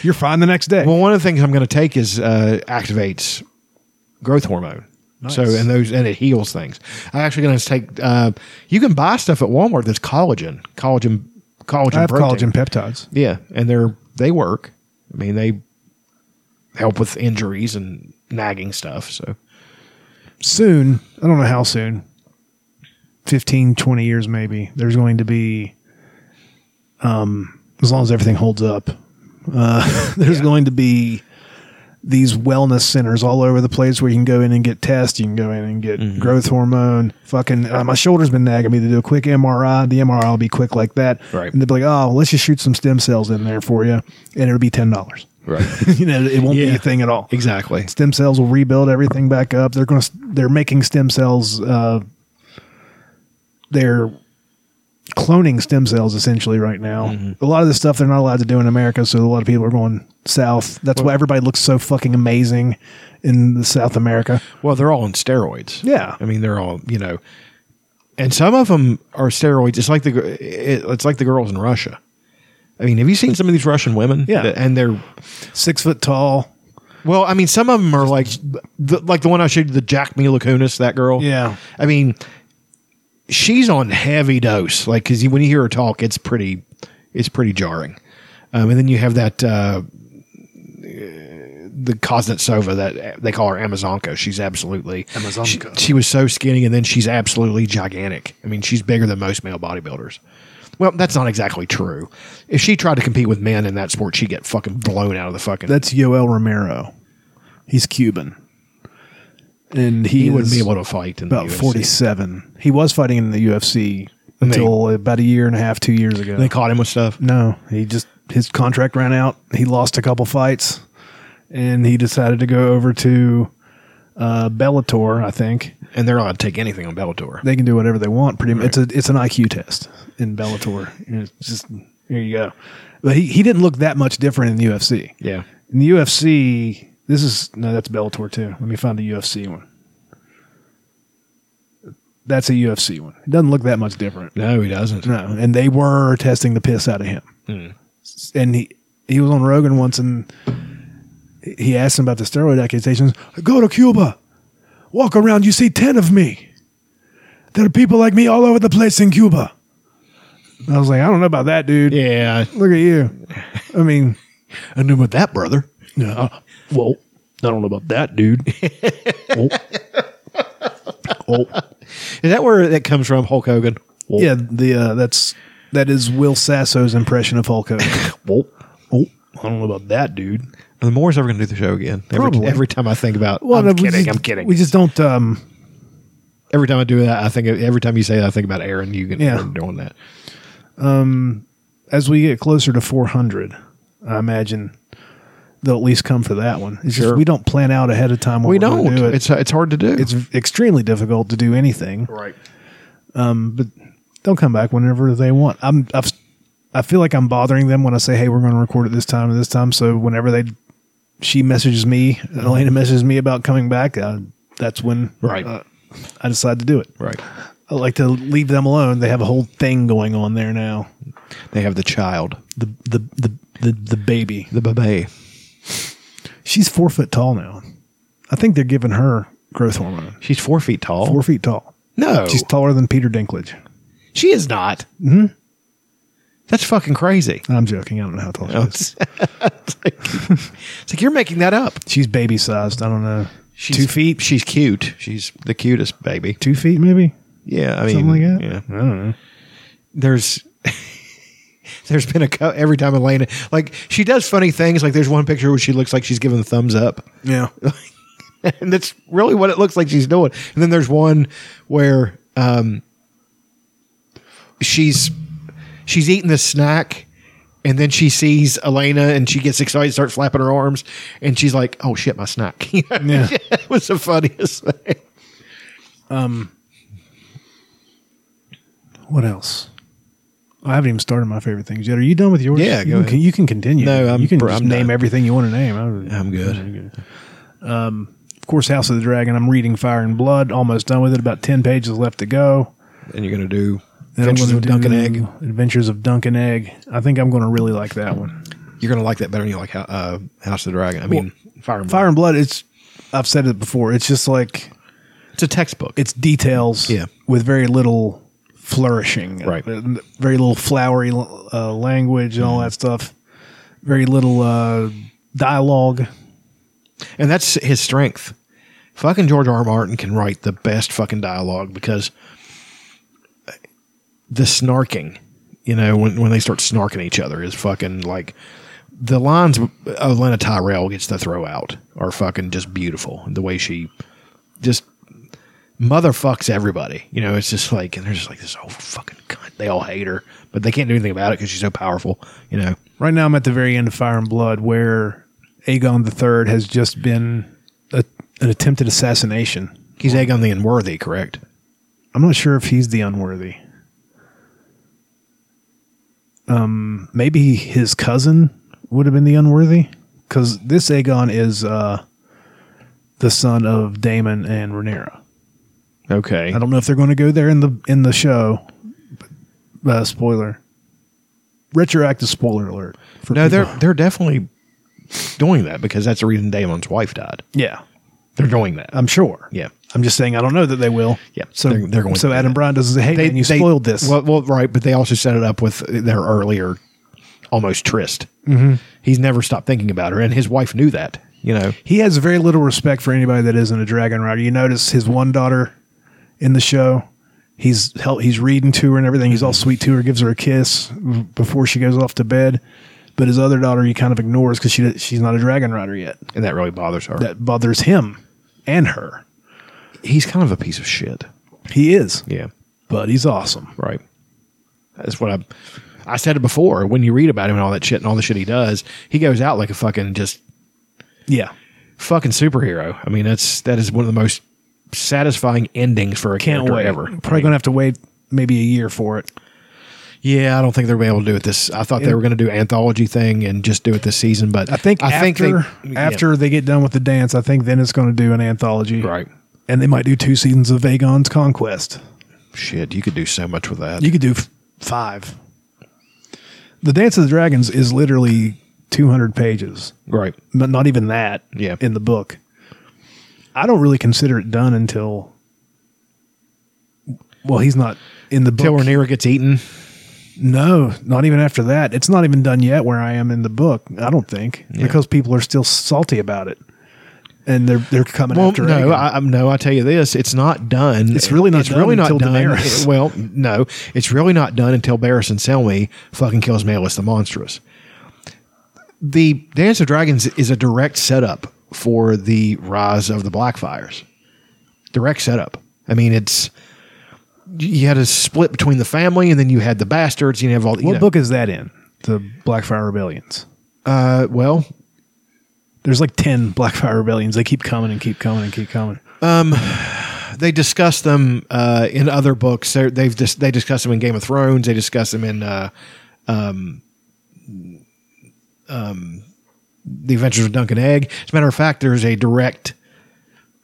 You're fine the next day. Well, one of the things I'm going to take is uh, activates growth hormone. So and those and it heals things. I'm actually going to take. Uh, you can buy stuff at Walmart that's collagen, collagen, collagen. I have protein. collagen peptides. Yeah, and they're they work. I mean, they help with injuries and nagging stuff. So Soon, I don't know how soon. 15, 20 years maybe. There's going to be, um, as long as everything holds up, uh, there's going to be these wellness centers all over the place where you can go in and get tests. You can go in and get Mm-hmm. growth hormone. Fucking, uh, my shoulder's been nagging me to do a quick MRI. The MRI will be quick like that. Right. And they'll be like, oh, let's just shoot some stem cells in there for you. And it'll be $10. right, you know, it won't be Yeah. a thing at all exactly. stem cells will rebuild everything back up. They're going to they're making stem cells. Uh, they're cloning stem cells essentially right now. Mm-hmm. A lot of the stuff they're not allowed to do in America, so a lot of people are going south. That's why everybody looks so fucking amazing in the South America. Well, they're all on steroids. Yeah. I mean, they're all you know, and some of them are steroids. It's like the gr- it, it's like the girls in Russia. I mean, have you seen some of these Russian women? Yeah. That- and they're Six foot tall. well. I mean, some of them are like the, like the one I showed you, the Jack Mila Kunis, that girl. Yeah. I mean, she's on heavy dose. Like, because when you hear her talk, it's pretty, it's pretty jarring. Um, and then you have that uh, the Kuznetsova that they call her Amazonka. She's absolutely Amazonka. She, she was so skinny, and then she's absolutely gigantic. I mean, she's bigger than most male bodybuilders. Well, that's not exactly true. If she tried to compete with men in that sport, she'd get fucking blown out of the fucking. That's Yoel Romero. He's Cuban, and he, He wouldn't is be able to fight in the about UFC. forty-seven. He was fighting in the UFC And they- until about a year and a half, two years ago. They caught him with stuff. No, he just his contract ran out. He lost a couple fights, and he decided to go over to uh, Bellator, I think. And they're not going to take anything on Bellator. They can do whatever they want. Pretty much, it's a it's an IQ test in Bellator. And it's just here you go. But he he didn't look that much different in the UFC. Yeah. In the UFC, this is no, that's Bellator too. Let me find the UFC one. That's a UFC one. It doesn't look that much different. No, he doesn't. Hmm. No, and they were testing the piss out of him. And he he was on Rogan once, and he asked him about the steroid accusations. Go to Cuba, walk around, you see ten of me. There are people like me all over the place in Cuba. I was like, I don't know about that, dude. Yeah, look at you. I mean, I knew about that, brother. No, uh, well, I don't know about that, dude. oh. Oh. Is that where that comes from, Hulk Hogan? Yeah, the uh, that's that is Will Sasso's impression of Hulk Hogan. Well, oh, I don't know about that, dude. Are the Moors ever going to do the show again? Every, Probably. every time I think about, Well, I'm no, we kidding. just- I'm kidding. We just don't. Um, every time I do that, I think every time you say that, I think about Aaron. You can Yeah. Aaron doing that. um, as we get closer to 400, I imagine they'll at least come for that one. It's just we don't plan out ahead of time. What We we're gonna don't. Do it. It's it's hard to do. It's extremely difficult to do anything. right. Um, but they'll come back whenever they want. I'm. I've, I feel like I'm bothering them when I say, "Hey, we're going to record at this time and this time." So whenever they, she messages me, Elena messages me about coming back. Uh, that's when Right. uh, I decide to do it. Right. I like to leave them alone. They have a whole thing going on there now. They have the child, The the the the, the baby. the baby. She's four foot tall now. I think they're giving her growth hormone. She's four feet tall. Four feet tall. Oh. No, She's taller than Peter Dinklage. she is not. hmm That's fucking crazy. I'm joking. I don't know how tall she Oh, is. it's, like, it's like you're making that up. She's baby sized. I don't know. She's, two feet. She's cute. She's the cutest baby. Two feet, maybe. Yeah, I mean, Something like that? Yeah. I don't know. there's there's been a co- every time Elena like she does funny things like there's one picture where she looks like she's giving the thumbs up Yeah. and that's really what it looks like she's doing and then there's one where um she's she's eating this snack and then she sees Elena and she gets excited starts flapping her arms and she's like oh shit my snack You know? Yeah. it was the funniest thing Um. What else? I haven't even started my favorite things yet. Are you done with yours? Yeah, you go can, ahead. You can continue. No, I'm- you can I'm just done. name everything you want to name. I- I'm good. Um, of course, House of the Dragon. I'm reading Fire and Blood. Almost done with it. About ten pages left to go. and you're gonna do Then I'm Adventures gonna of Dunkin' do Egg Adventures of Dunkin' Egg. I think I'm going to really like that one. you're gonna like that better than you like uh, House of the Dragon I mean Fire and Blood. Fire and Blood. It's I've said it before. It's just like It's a textbook. it's details Yeah. with very little flourishing, Right. Mm-hmm. Uh, Very little flowery uh, language and all that stuff. Very little uh, dialogue. and that's his strength. Fucking George R. R. Martin can write the best fucking dialogue because the snarking, you know, when when they start snarking each other is fucking like the lines Elena Tyrell gets to throw out are fucking just beautiful. The way she just motherfucks everybody. You know, it's just like and they're just like this old fucking cunt. They all hate her, but they can't do anything about it because she's so powerful. You know, Right now, I'm at the very end of Fire and Blood, where Aegon III has just been a, an attempted assassination. he's egg on the unworthy, correct? I'm not sure if he's the unworthy. Um, maybe his cousin would have been the unworthy, because this Aegon is uh, the son of Damon and Rhaenyra. Okay, I don't know if they're going to go there in the in the show. But, uh, spoiler, retroactive spoiler alert. For No, they're people. they're definitely doing that because that's the reason Damon's wife died. yeah. They're doing that. I'm sure. Yeah. I'm just saying I don't know that they will. Yeah, So they're- they're going so to do Adam that. Bryan doesn't say, "Hey, man, you spoiled this." Well, well, right, but they also set it up with their earlier almost tryst. Mm-hmm. He's never stopped thinking about her, and his wife knew that. You know, He has very little respect for anybody that isn't a dragon rider. You notice his one daughter in the show. He's hel- he's reading to her and everything. He's all Mm-hmm. sweet to her, gives her a kiss before she goes off to bed. But his other daughter, he kind of ignores because she she's not a dragon rider yet. and that really bothers her. That bothers him and her. He's kind of a piece of shit. He is, yeah, but he's awesome. Right. That's what I. I said it before. When you read about him and all that shit and all the shit he does, he goes out like a fucking just Yeah, fucking superhero. I mean, that's that is one of the most satisfying endings for a can't character wait. ever. Probably gonna have to wait maybe a year for it. Yeah, I don't think they're gonna be able to do it this. I thought they Yeah. were going to do anthology thing and just do it this season, but I think I think after they- after they get done with the dance, I think then it's going to do an anthology, right? And they might do two seasons of Vagon's Conquest. Shit, you could do so much with that. You could do f- five. The Dance of the Dragons is literally 200 pages, right? but not even that. Yeah. in the book, I don't really consider it done until. Well, he's not in the book. Till Rhaenyra gets eaten. No, not even after that. It's not even done yet where I am in the book. I don't think because people are still salty about it, and they're they're coming Well, after. no, Aegon. I, I'm- no. I tell you this, it's not done. It's really not It's done really not until done. Daenerys. well, no, it's really not done until Barris and Selmy fucking kills Malus the monstrous. The Dance of Dragons is a direct setup for the rise of the Blackfires. Direct setup. I mean, it's you had a split between the family, and then you had the bastards. You have all. You what know, book is that in? The Blackfire Rebellions. Uh, well, There's like ten Blackfire Rebellions. They keep coming and keep coming and keep coming. they discuss them uh, in other books. They're, they've dis- they discuss them in Game of Thrones. They discuss them in uh, um, um, the Adventures of Duncan Egg. As a matter of fact, there's a direct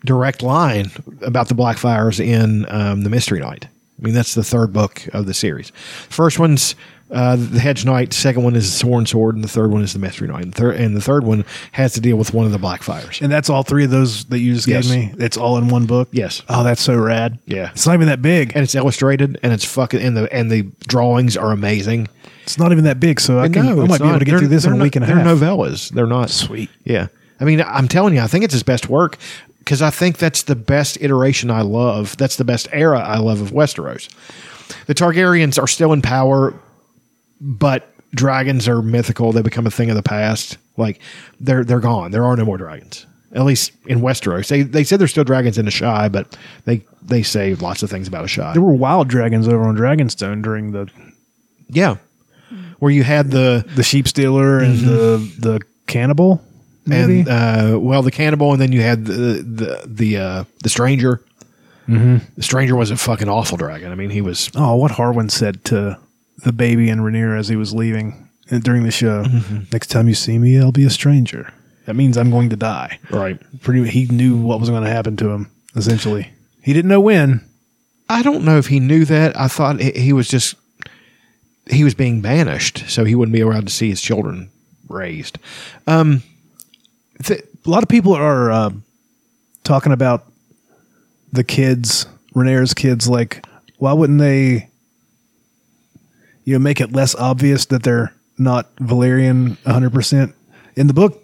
direct line about the Blackfires in um, the Mystery Knight. I mean, that's the third book of the series. First one's uh, the Hedge Knight. Second one is the Sworn Sword, and the third one is the Mystery Knight. And, thir- and the third one has to deal with one of the Blackfires. And that's all three of those that you just Yes. gave me. It's all in one book. Yes. Oh, that's so rad. Yeah. It's not even that big. and it's illustrated and it's fucking and the and the drawings are amazing. It's not even that big. So I And can. I it's might be able not- to get they're- through this in they're a not- week and a they're half. novellas. They're not Sweet. Yeah, I mean, I'm telling you, I think it's his best work because I think that's the best iteration I love. That's the best era I love of Westeros. The Targaryens are still in power, but dragons are mythical. They become a thing of the past. Like they're they're gone. There are no more dragons. At least in Westeros, they they said there's still dragons in the Shy, but they they say lots of things about a Shy. There were wild dragons over on Dragonstone during the Yeah. Where you had the the sheep stealer and Mm-hmm. the the cannibal. Maybe. and uh, well the cannibal and then you had the the the uh, the stranger. Mm-hmm. The stranger was a fucking awful dragon. I mean, he was oh, what Harwin said to the baby and Rainier as he was leaving and during the show. Next time you see me, I'll be a stranger. That means I'm going to die. right. Pretty. He knew what was going to happen to him. Essentially, he didn't know when. I don't know if he knew that. I thought he he was just he was being banished, so he wouldn't be around to see his children raised. th- a lot of people are uh, talking about the kids, Renair's kids. Like, why wouldn't they, you know, make it less obvious that they're not Valerian 100 percent in the book?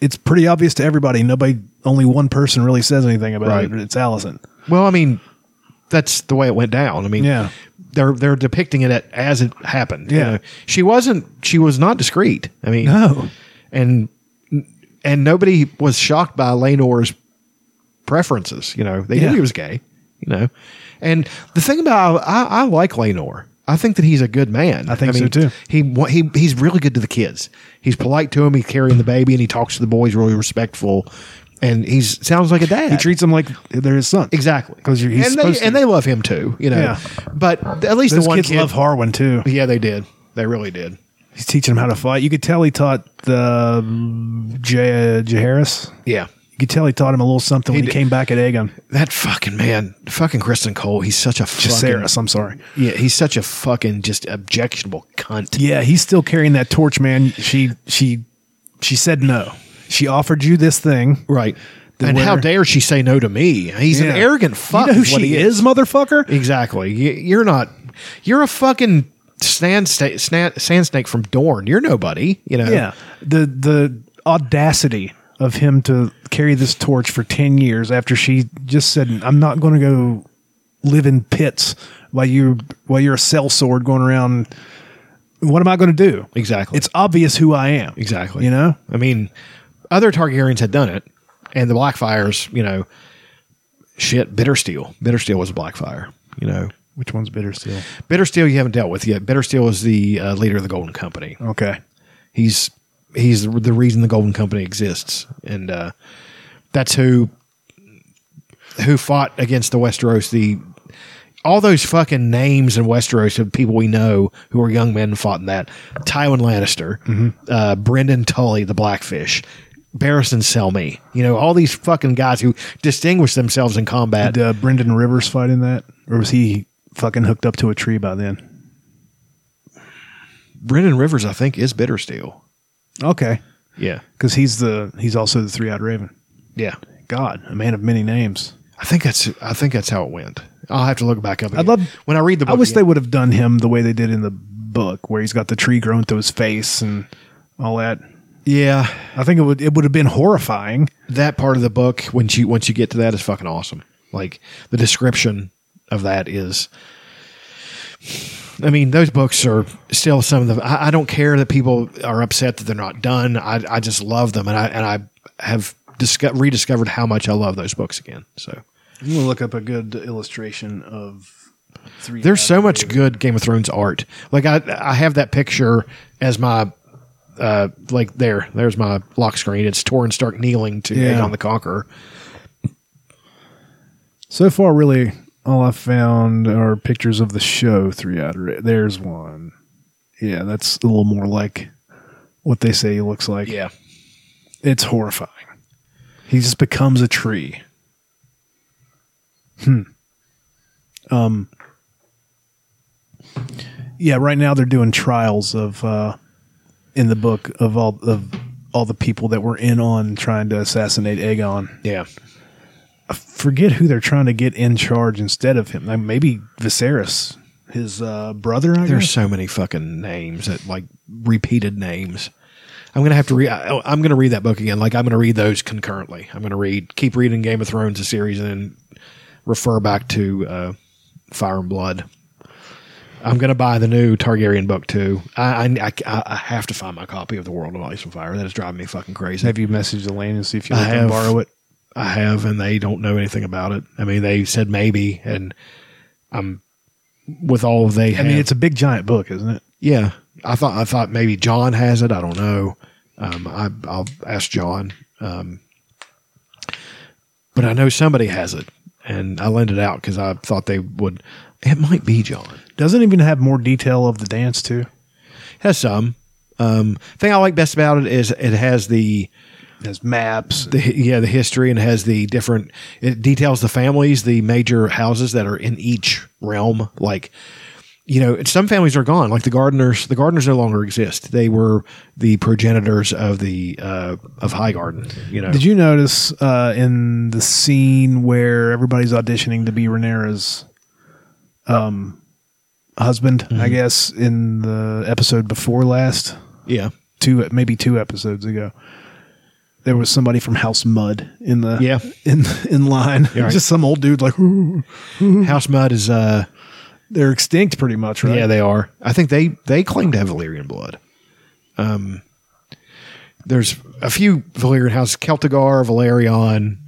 It's pretty obvious to everybody. Nobody, only one person really says anything about Right. it. It's Allison. Well, I mean, that's the way it went down. I mean, Yeah. they're they're depicting it at- as it happened. Yeah. she wasn't. She was not discreet. I mean, No. and and nobody was shocked by Lenore's preferences. You know, they Yeah. knew he was gay. You know, and the thing about I, I like Lenore. I think that he's a good man. I think so, too. He wa- he he's really good to the kids. He's polite to him. He's carrying the baby, and he talks to the boys really respectful. And he's sounds like a dad. He treats them like they're his son. Exactly, 'Cause you're- he's and supposed they, to. and they love him too, you know. Yeah. But at least Those the one kids kid, love Harwin too. Yeah, they did. They really did. He's teaching them how to fight. You could tell he taught the um, J- Jaharis. Yeah, You could tell he taught him a little something when He he did. came back at Aegon. that fucking man, fucking Kristen Cole. He's such a fucking. Jaceres, I'm sorry. Yeah, he's such a fucking just objectionable cunt. Yeah, he's still carrying that torch, man. She she she said no. She offered you this thing. Right. Then and how where- dare she say no to me? He's an Yeah. arrogant You fuck. know who is what she he is, motherfucker? Exactly. Y- You're not. You're a fucking Sand, sta- Sna- Sand Snake from Dorn. You're nobody, you know. Yeah. The the audacity of him to carry this torch for 10 years after she just said I'm not going to go live in pits while you while you're a cell sword going around what am I going to do? Exactly. It's obvious who I am. Exactly. You know? I mean, other Targaryens had done it, and the Blackfires, you know, shit, Bittersteel. Bittersteel was a Blackfire, you know. Which one's Bittersteel? Bittersteel you haven't dealt with yet. Bittersteel is the uh, leader of the Golden Company. Okay. He's he's the, the reason the Golden Company exists, and uh, that's who who fought against the Westeros. The all those fucking names in Westeros of people we know who are young men fought in that. Tywin Lannister, uh, Brendan Tully, the Blackfish, Barristan Selmy. You know all these fucking guys who distinguished themselves in combat. Did uh, Brendan Rivers fight in that or was he fucking hooked up to a tree by then? Brendan Rivers, I think, is Bittersteel. Okay. Yeah, Cuz he's the he's also the three-eyed raven. yeah. God, a man of many names. I think that's I think that's how it went. I'll have to look back up. I'd love when I read the book. I wish they again. would have done him the way they did in the book, where he's got the tree growing through his face and all that. Yeah, I think it would it would have been horrifying. that part of the book when you once you get to that is fucking awesome. Like the description of that is. I mean, those books are still some of the. I, I don't care that people are upset that they're not done. I, I just love them, and I and I have disco- rediscovered how much I love those books again. So I'm gonna look up a good illustration of three. There's so much good Game of Thrones art. Like I, I have that picture as my, uh, like there, there's my lock screen. It's Torrin Stark kneeling to Yeah. Aegon the Conqueror. So far, really, all I found are pictures of the show Three Eyed Raven. There's one. Yeah, that's a little more like what they say he looks like. Yeah, It's horrifying. He just becomes a tree. Hmm. Um. Yeah, right now they're doing trials of uh, in the book of all of all the people that were in on trying to assassinate Aegon. yeah. Forget who they're trying to get in charge instead of him. Like, maybe Viserys, his uh, brother. I There's guess? so many fucking names that like repeated names. I'm gonna have to read. I'm gonna read that book again. Like I'm gonna read those concurrently. I'm gonna read, keep reading Game of Thrones the series, and then refer back to uh, Fire and Blood. I'm gonna buy the new Targaryen book too. I, I I I have to find my copy of the World of Ice and Fire. That is driving me fucking crazy. Have you messaged Elaine and see if you I let them have. borrow it? I have, and they don't know anything about it. I mean, they said maybe, and I'm with all they. I have, mean, it's a big giant book, isn't it? yeah, I thought I thought maybe John has it. I don't know. Um, I, I'll ask John. Um, but I know somebody has it, and I lent it out because I thought they would. It might be John. Doesn't even have more detail of the dance too. It has some. Um, thing I like best about it is it has the There's maps. the yeah the history and has the different it details the families the major houses that are in each realm like you know it's- some families are gone like the gardeners the gardeners no longer exist they were the progenitors of the uh of high garden you know Did you notice uh, in the scene where everybody's auditioning to be Renera's um, husband? I Mm-hmm. guess in the episode before last, yeah two maybe two episodes ago, there was somebody from House Mud in the Yeah. in in line. You're right. Just some old dude like "Ooh." house mud is uh they're extinct pretty much, right? Yeah, they are. I think they they claim to have Valyrian blood. Um, there's a few Valyrian houses: Celtigar, Valerion,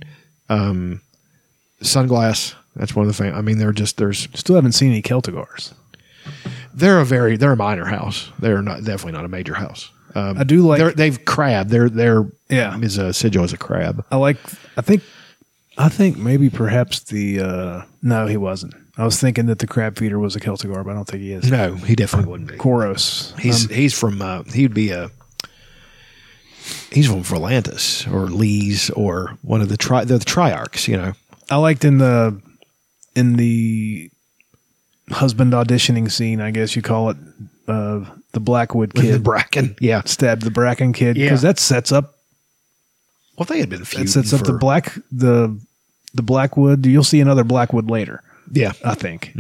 um, Sunglass. That's one of the fam- I mean, they're just there's still haven't seen any Celtigars. they're a very they're a minor house. They're not definitely not a major house. Um, I do like- they're, they've crab. They're they're Yeah. is a sigil is a crab. I like. I think. I think maybe perhaps the. Uh, no, he wasn't. I was thinking that the crab feeder was a Celtigar, but I don't think he is. No, he definitely wouldn't be. Koros. He's he's from uh, he'd be a he's from Volantis or Lees or one of the tri the triarchs, you know. I liked in the in the husband auditioning scene. I guess you call it uh, the Blackwood With the kid Bracken. Yeah. stabbed the Bracken kid Yeah. because that sets up Well they had been feuding that sets up the for- black the the Blackwood. You'll see another Blackwood later. Yeah. I think.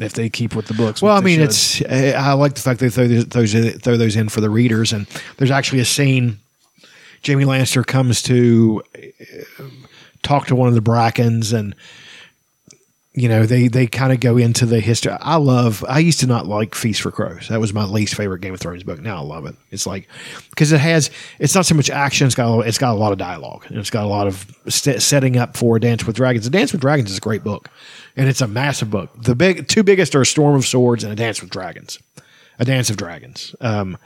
if they keep with the books. Well, I which uh, they mean, should. it's eh, I like the fact they throw those, those in- throw those in for the readers, and there's actually a scene. Jamie Lannister comes to eh, talk to one of the Brackens, and you know they they kind of go into the history. I love. I used to not like Feast for Crows. That was my least favorite Game of Thrones book. Now I love it. It's like because it has it's not so much action. It's got a, it's got a lot of dialogue. And it's got a lot of set, setting up for Dance with Dragons. The Dance with Dragons is a great book, and it's a massive book. The big two biggest are A Storm of Swords and A Dance with Dragons. A Dance of Dragons. Um,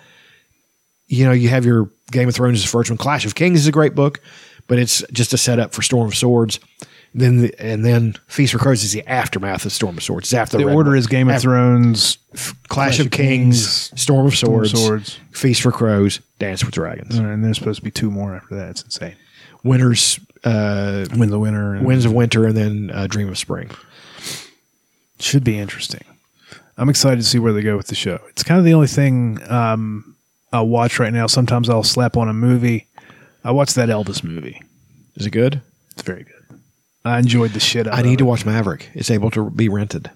you know, you have your Game of Thrones is the first one. Clash of Kings is a great book, but it's just a setup for Storm of Swords. Then the, and then Feast for Crows is the aftermath of Storm of Swords. It's after the Red order Wedding. is Game of After- Thrones, Clash of Kings, Storm of Storm of Swords, Swords. Feast for Crows, Dance with Dragons. and there's supposed to be two more after that. It's insane. Winter's uh, Win the winner. and- Winds of Winter, and then uh, Dream of Spring. should be interesting. I'm excited to see where they go with the show. It's kind of the only thing um, I watch right now. Sometimes I'll slap on a movie. I watched that Elvis movie. Is it good? It's very good. I enjoyed the shit. Out I of need to it. watch Maverick. It's able to be rented.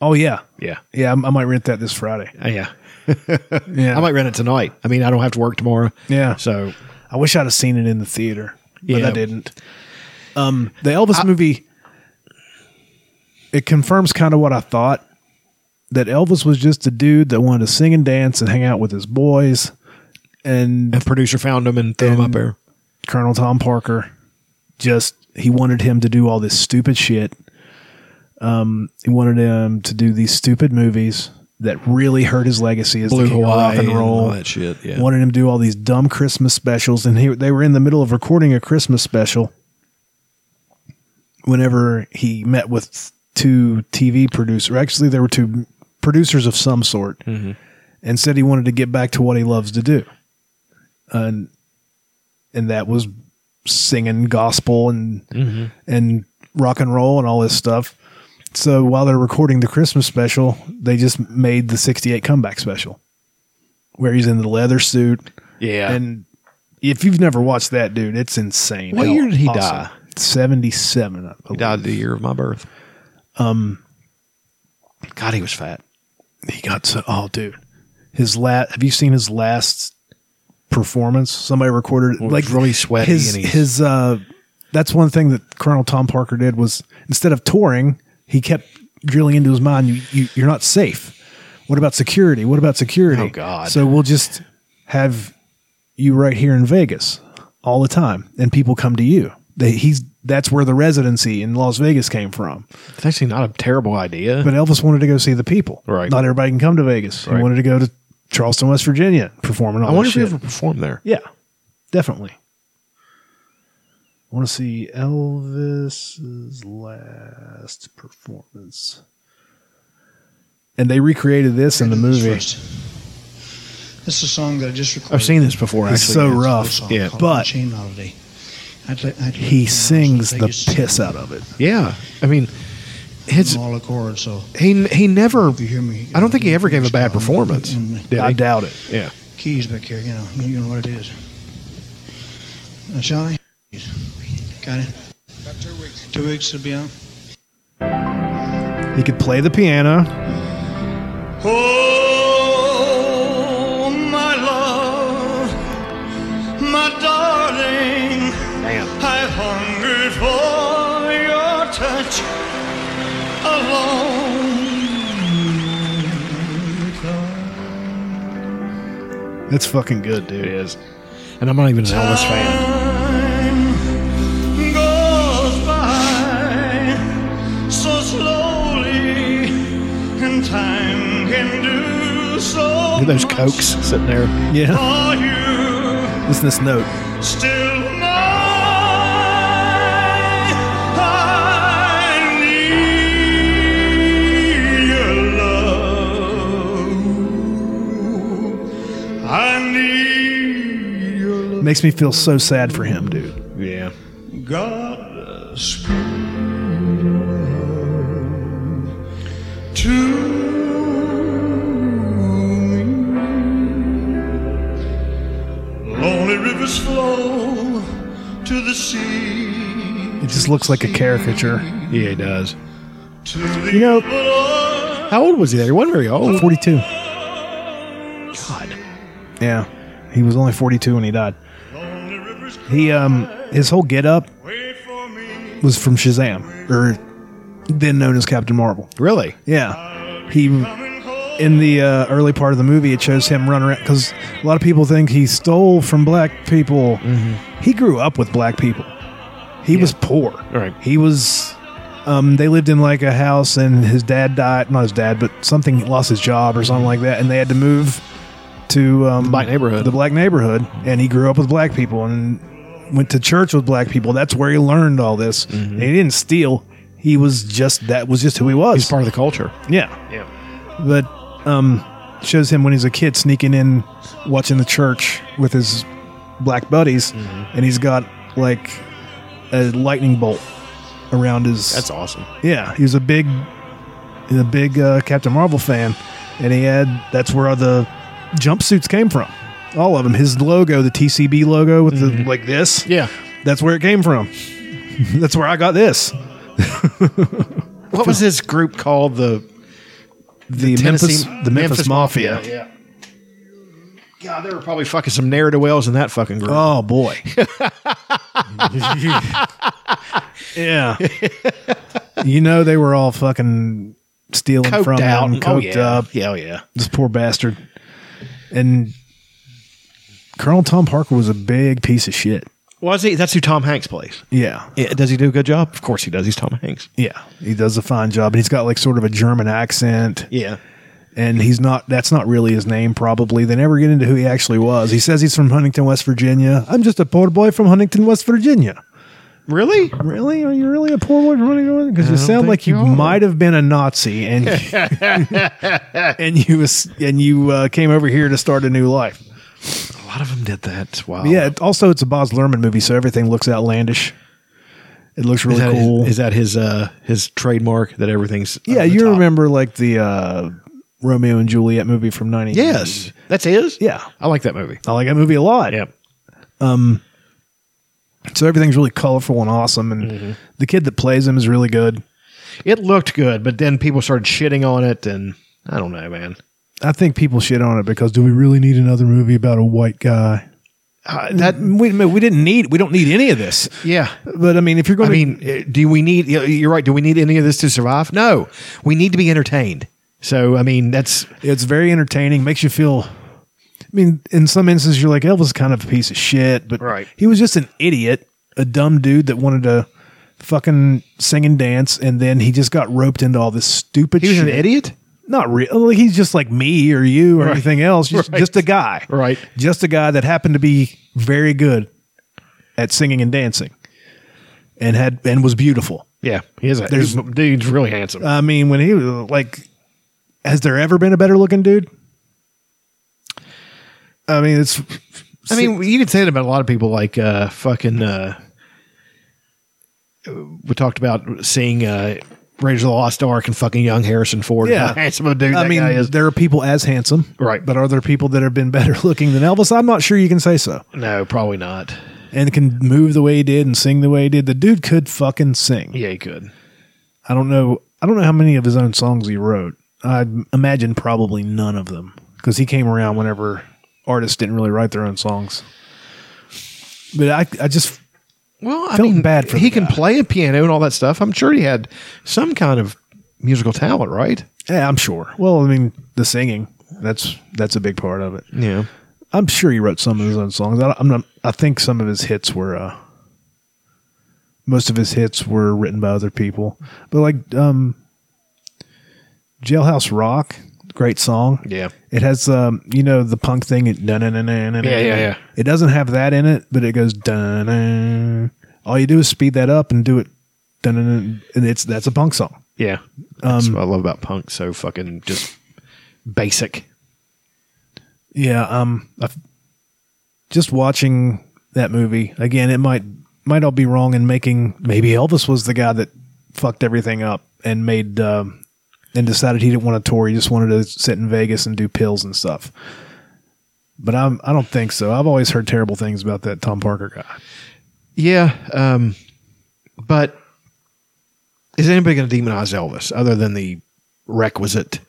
Oh yeah, Yeah. yeah. I, I might rent that this Friday. Uh, yeah. Yeah. I might rent it tonight. I mean, I don't have to work tomorrow. Yeah. So I wish I'd have seen it in the theater, but Yeah. I didn't. Um, the Elvis movie it confirms kind of what I thought that Elvis was just a dude that wanted to sing and dance and hang out with his boys, and a producer found him and threw him up there. Colonel Tom Parker just he wanted him to do all this stupid shit. Um, he wanted him to do these stupid movies that really hurt his legacy as Blue the king of rock Hawaii and and roll. all that shit, yeah. Wanted him to do all these dumb Christmas specials, and he, they were in the middle of recording a Christmas special. Whenever he met with two TV producers, actually there were two producers of some sort, Mm-hmm. and said he wanted to get back to what he loves to do, and and that was singing gospel and Mm-hmm. and rock and roll and all this stuff. So while they're recording the Christmas special, they just made the 68 comeback special where he's in the leather suit. Yeah. And if you've never watched that, dude, it's insane. What How year did he awesome. die? 77. I He believe. died the year of my birth. Um, God, he was fat. He got so, oh, dude. His last, have you seen his last performance? Somebody recorded it. Well, Like, it's really sweaty His, and he's- his, uh, that's one thing that Colonel Tom Parker did was instead of touring, he kept drilling into his mind, you, you, you're not safe. What about security? What about security? Oh, God. So we'll just have you right here in Vegas all the time, and people come to you. They, he's that's where the residency in Las Vegas came from. It's actually not a terrible idea. But Elvis wanted to go see the people. Right. Not everybody can come to Vegas. He Right. wanted to go to Charleston, West Virginia, performing all. I wonder that if he shit. ever performed there. Yeah, definitely. I want to see Elvis's last performance. And they recreated this in the movie. This is a song that I just recorded. I've seen this before. It's actually. so It's a rough, song yeah. called but- Chain Melody. I'd li- I'd He like- sings the Vegas. piss out of it. Yeah, I mean, his I'm all accord. So he he never. if you hear me, I don't think he ever gave a bad performance. did I he? doubt it. Yeah. keys back here. You know, you know what it is. Now, shall I? Got it. Two weeks will be out. He could play the piano. Oh, my love, my darling, I hungered for your touch alone. It's fucking good, dude. It is. And I'm not even an Elvis fan. Time goes by so slowly, and time can do so Look at those much cokes sitting there. Yeah. for you. Listen to this note. Still mine, I need your love. I need your love. Makes me feel so sad for him, dude. Yeah. God to me. Lonely rivers flow to the sea. It just looks like a caricature. Yeah, he does. To the You know, open How old was he there? He wasn't very Oh, old. 42. Oh. God. Yeah, he was only 42 when he died. He um his whole getup was from Shazam or then known as Captain Marvel. Really? Yeah. He in the uh, early part of the movie it shows him running around cuz a lot of people think he stole from black people. Mm-hmm. He grew up with black people. He was poor. Right. He was um, they lived in like a house and his dad died not his dad but something lost his job or something like that and they had to move to um, black neighborhood the black neighborhood and he grew up with black people and went to church with black people that's where he learned all this And he didn't steal he was just that was just who he was he's part of the culture yeah Yeah. but um shows him when he's a kid sneaking in watching the church with his black buddies Mm-hmm. and he's got like a lightning bolt around his That's awesome. yeah, he was a big, a big uh, Captain Marvel fan, and he had that's where all the jumpsuits came from. All of them. His logo, the TCB logo with the like this. Mm-hmm. Yeah, that's where it came from. that's where I got this. What was this group called? The The, Memphis, Tennessee- the Memphis, Mafia. Yeah. God, they were probably fucking some ne'er do wells in that fucking group. Oh boy. yeah. you know they were all fucking stealing Coked from out. him, Oh, coked yeah. up. Yeah, oh, yeah. This poor bastard. And Colonel Tom Parker was a big piece of shit. Was he? That's who Tom Hanks plays. Yeah. Yeah, Does he do a good job? Of course he does. He's Tom Hanks. Yeah. He does a fine job. And he's got like sort of a German accent. Yeah. And he's not, that's not really his name, probably. They never get into who he actually was. He says he's from Huntington, West Virginia. I'm just a poor boy from Huntington, West Virginia. Really? Really? Are you really a poor boy from Huntington? Because you I don't sound like think you you are. might have been a Nazi and and you was- and you uh, came over here to start a new life. A lot of them did that. Wow. Yeah. it- Also, it's a Boz Lerman movie, so everything looks outlandish. It looks really is that, cool. Is, that his uh his trademark that everything's yeah, you remember like the uh, Romeo and Juliet movie from ninety? Yes. That's his? Yeah. I like that movie. I like that movie a lot. Yeah. Um. So everything's really colorful and awesome, and Mm-hmm. the kid that plays him is really good. It looked good, but then people started shitting on it and I don't know, man. I think people shit on it because do we really need another movie about a white guy? Uh, that we we didn't need. We don't need any of this. Yeah. But I mean, if you're going I to mean, uh, do we need you- you're right, do we need any of this to survive? No. We need to be entertained. So I mean that's It's very entertaining. Makes you feel. I mean, in some instances, you're like Elvis, kind of a piece of shit, but Right. he was just an idiot, a dumb dude that wanted to fucking sing and dance, and then he just got roped into all this stupid. He was an shit. idiot? Not real. Like, he's just like me or you or Right. anything else. Just, Right. just a guy. Right. Just a guy that happened to be very good at singing and dancing, and had and was beautiful. Yeah. He is a There's- he's- dude's really handsome. I mean, when he was like, has there ever been a better looking dude? I mean, it's. I mean, you could say that about a lot of people, like uh, fucking. Uh, we talked about seeing uh, Raiders of the Lost Ark and fucking young Harrison Ford. Yeah. How handsome a dude I that mean, guy is. there are people as handsome, Right. But are there people that have been better looking than Elvis? I'm not sure you can say so. No, probably not. And can move the way he did and sing the way he did. The dude could fucking sing. Yeah, he could. I don't know. I don't know how many of his own songs he wrote. I imagine probably none of them because he came around whenever artists didn't really write their own songs. But I, I just Well, I Felt mean, bad for he the can guy. play a piano and all that stuff. I'm sure he had some kind of musical talent, right? Yeah, I'm sure. Well, I mean, the singing that's that's a big part of it. Yeah. I'm sure he wrote some of his own songs. I, don't- I'm not. I think some of his hits were. uh Most of his hits were written by other people, but like um Jailhouse Rock, great song. Yeah. It has um you know the punk thing. It dun dun dun dun dun. Yeah, yeah, yeah. It doesn't have that in it, but it goes dun. dun. All you do is speed that up and do it dun dun, dun and it's that's a punk song. Yeah. That's what I love about punk. So fucking just basic. Yeah, um, i just watching that movie again. It might might all be wrong in making. Maybe Elvis was the guy that fucked everything up and made um, and decided he didn't want to tour. He just wanted to sit in Vegas and do pills and stuff. But I'm I don't think so. I've always heard terrible things about that Tom Parker guy. Yeah. Um, but is anybody going to demonize Elvis other than the requisite.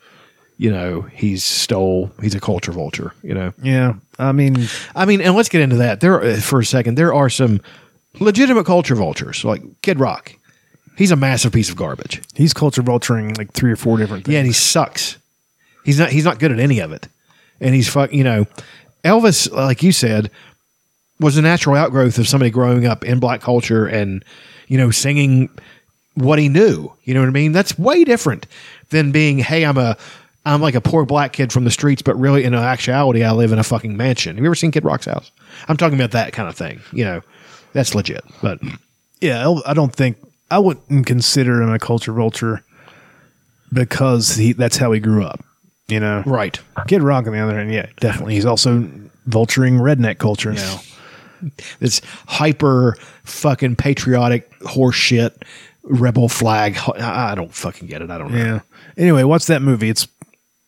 You know, he's stole. He's a culture vulture. You know. Yeah, I mean, I mean, and let's get into that there uh, for a second. There are some legitimate culture vultures, like Kid Rock. He's a massive piece of garbage. He's culture vulturing like three or four different things. Yeah, and he sucks. He's not. He's not good at any of it. And he's fuck. You know, Elvis, like you said, was a natural outgrowth of somebody growing up in black culture and you know singing what he knew. You know what I mean? That's way different than being, hey, I'm a I'm like a poor black kid from the streets, but really in actuality I live in a fucking mansion. Have you ever seen Kid Rock's house? I'm talking about that kind of thing. You know, that's legit. But yeah, El- I don't think I wouldn't consider him a culture vulture because he that's how he grew up. You know, right? Kid Rock on the other hand, yeah, definitely. He's also vulturing redneck culture now. This hyper fucking patriotic horseshit rebel flag. I I don't fucking get it. I don't know. Yeah. Anyway, watch that movie. It's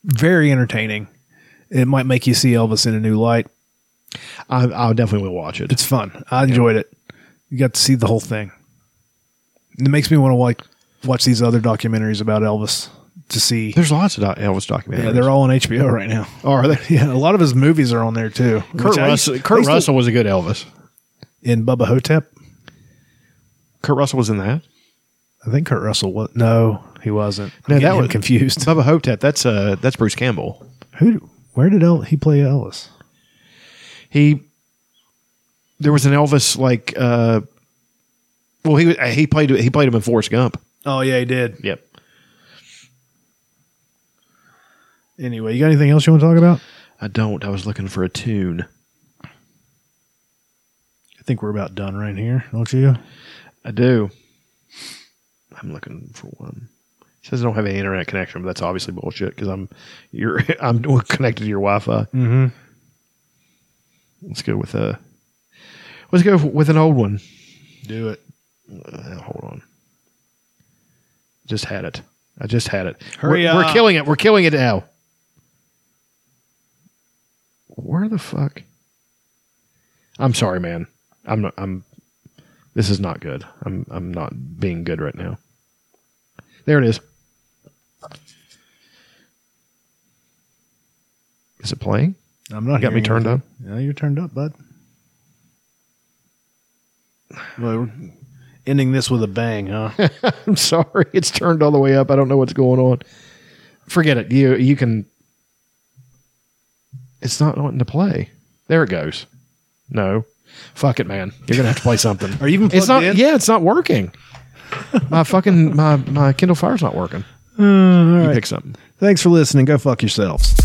very entertaining. It might make you see Elvis in a new light. I, I'll definitely watch it. It's fun. I enjoyed it. You got to see the whole thing. It makes me want to like watch these other documentaries about Elvis to see. There's lots of doc- Elvis documentaries. Yeah, they're all on HBO right now. Are they? Yeah, a lot of his movies are on there too. Kurt Which I Russell. used- I Kurt used to- Russell was a good Elvis. in Bubba Hotep. Kurt Russell was in that. I think Kurt Russell was. No, he wasn't. I'm No, getting that him was confused. Bubba Hotep. That's uh, that's Bruce Campbell. Who? Where did El- he play Elvis? He there was an Elvis like. Uh, well, he uh, he played he played him in Forrest Gump. Oh yeah, he did. Yep. Anyway, you got anything else you want to talk about? I don't. I was looking for a tune. I think we're about done right here, don't you? I do. I'm looking for one. It says I don't have any internet connection, but that's obviously bullshit because I'm you're I'm connected to your Wi-Fi. Mm-hmm. Let's go with a. Let's go with an old one. Do it. Uh, hold on. Just had it. I just had it. Hurry we're, up. We're killing it. We're killing it now. Where the fuck? I'm sorry, man. I'm not. I'm. This is not good. I'm. I'm not being good right now. There it is. Is it playing? I'm not. You got me hearing turned anything. up? Yeah, you're turned up, bud. Well, we're ending this with a bang, huh? I'm sorry, it's turned all the way up. I don't know what's going on. Forget it. You you can. It's not wanting to play. There it goes. No, fuck it, man. You're gonna have to play something. Are you even It's not. plugged in? Yeah, it's not working. my fucking my my Kindle Fire's not working. Uh, all You right. pick something. Thanks for listening. Go fuck yourselves.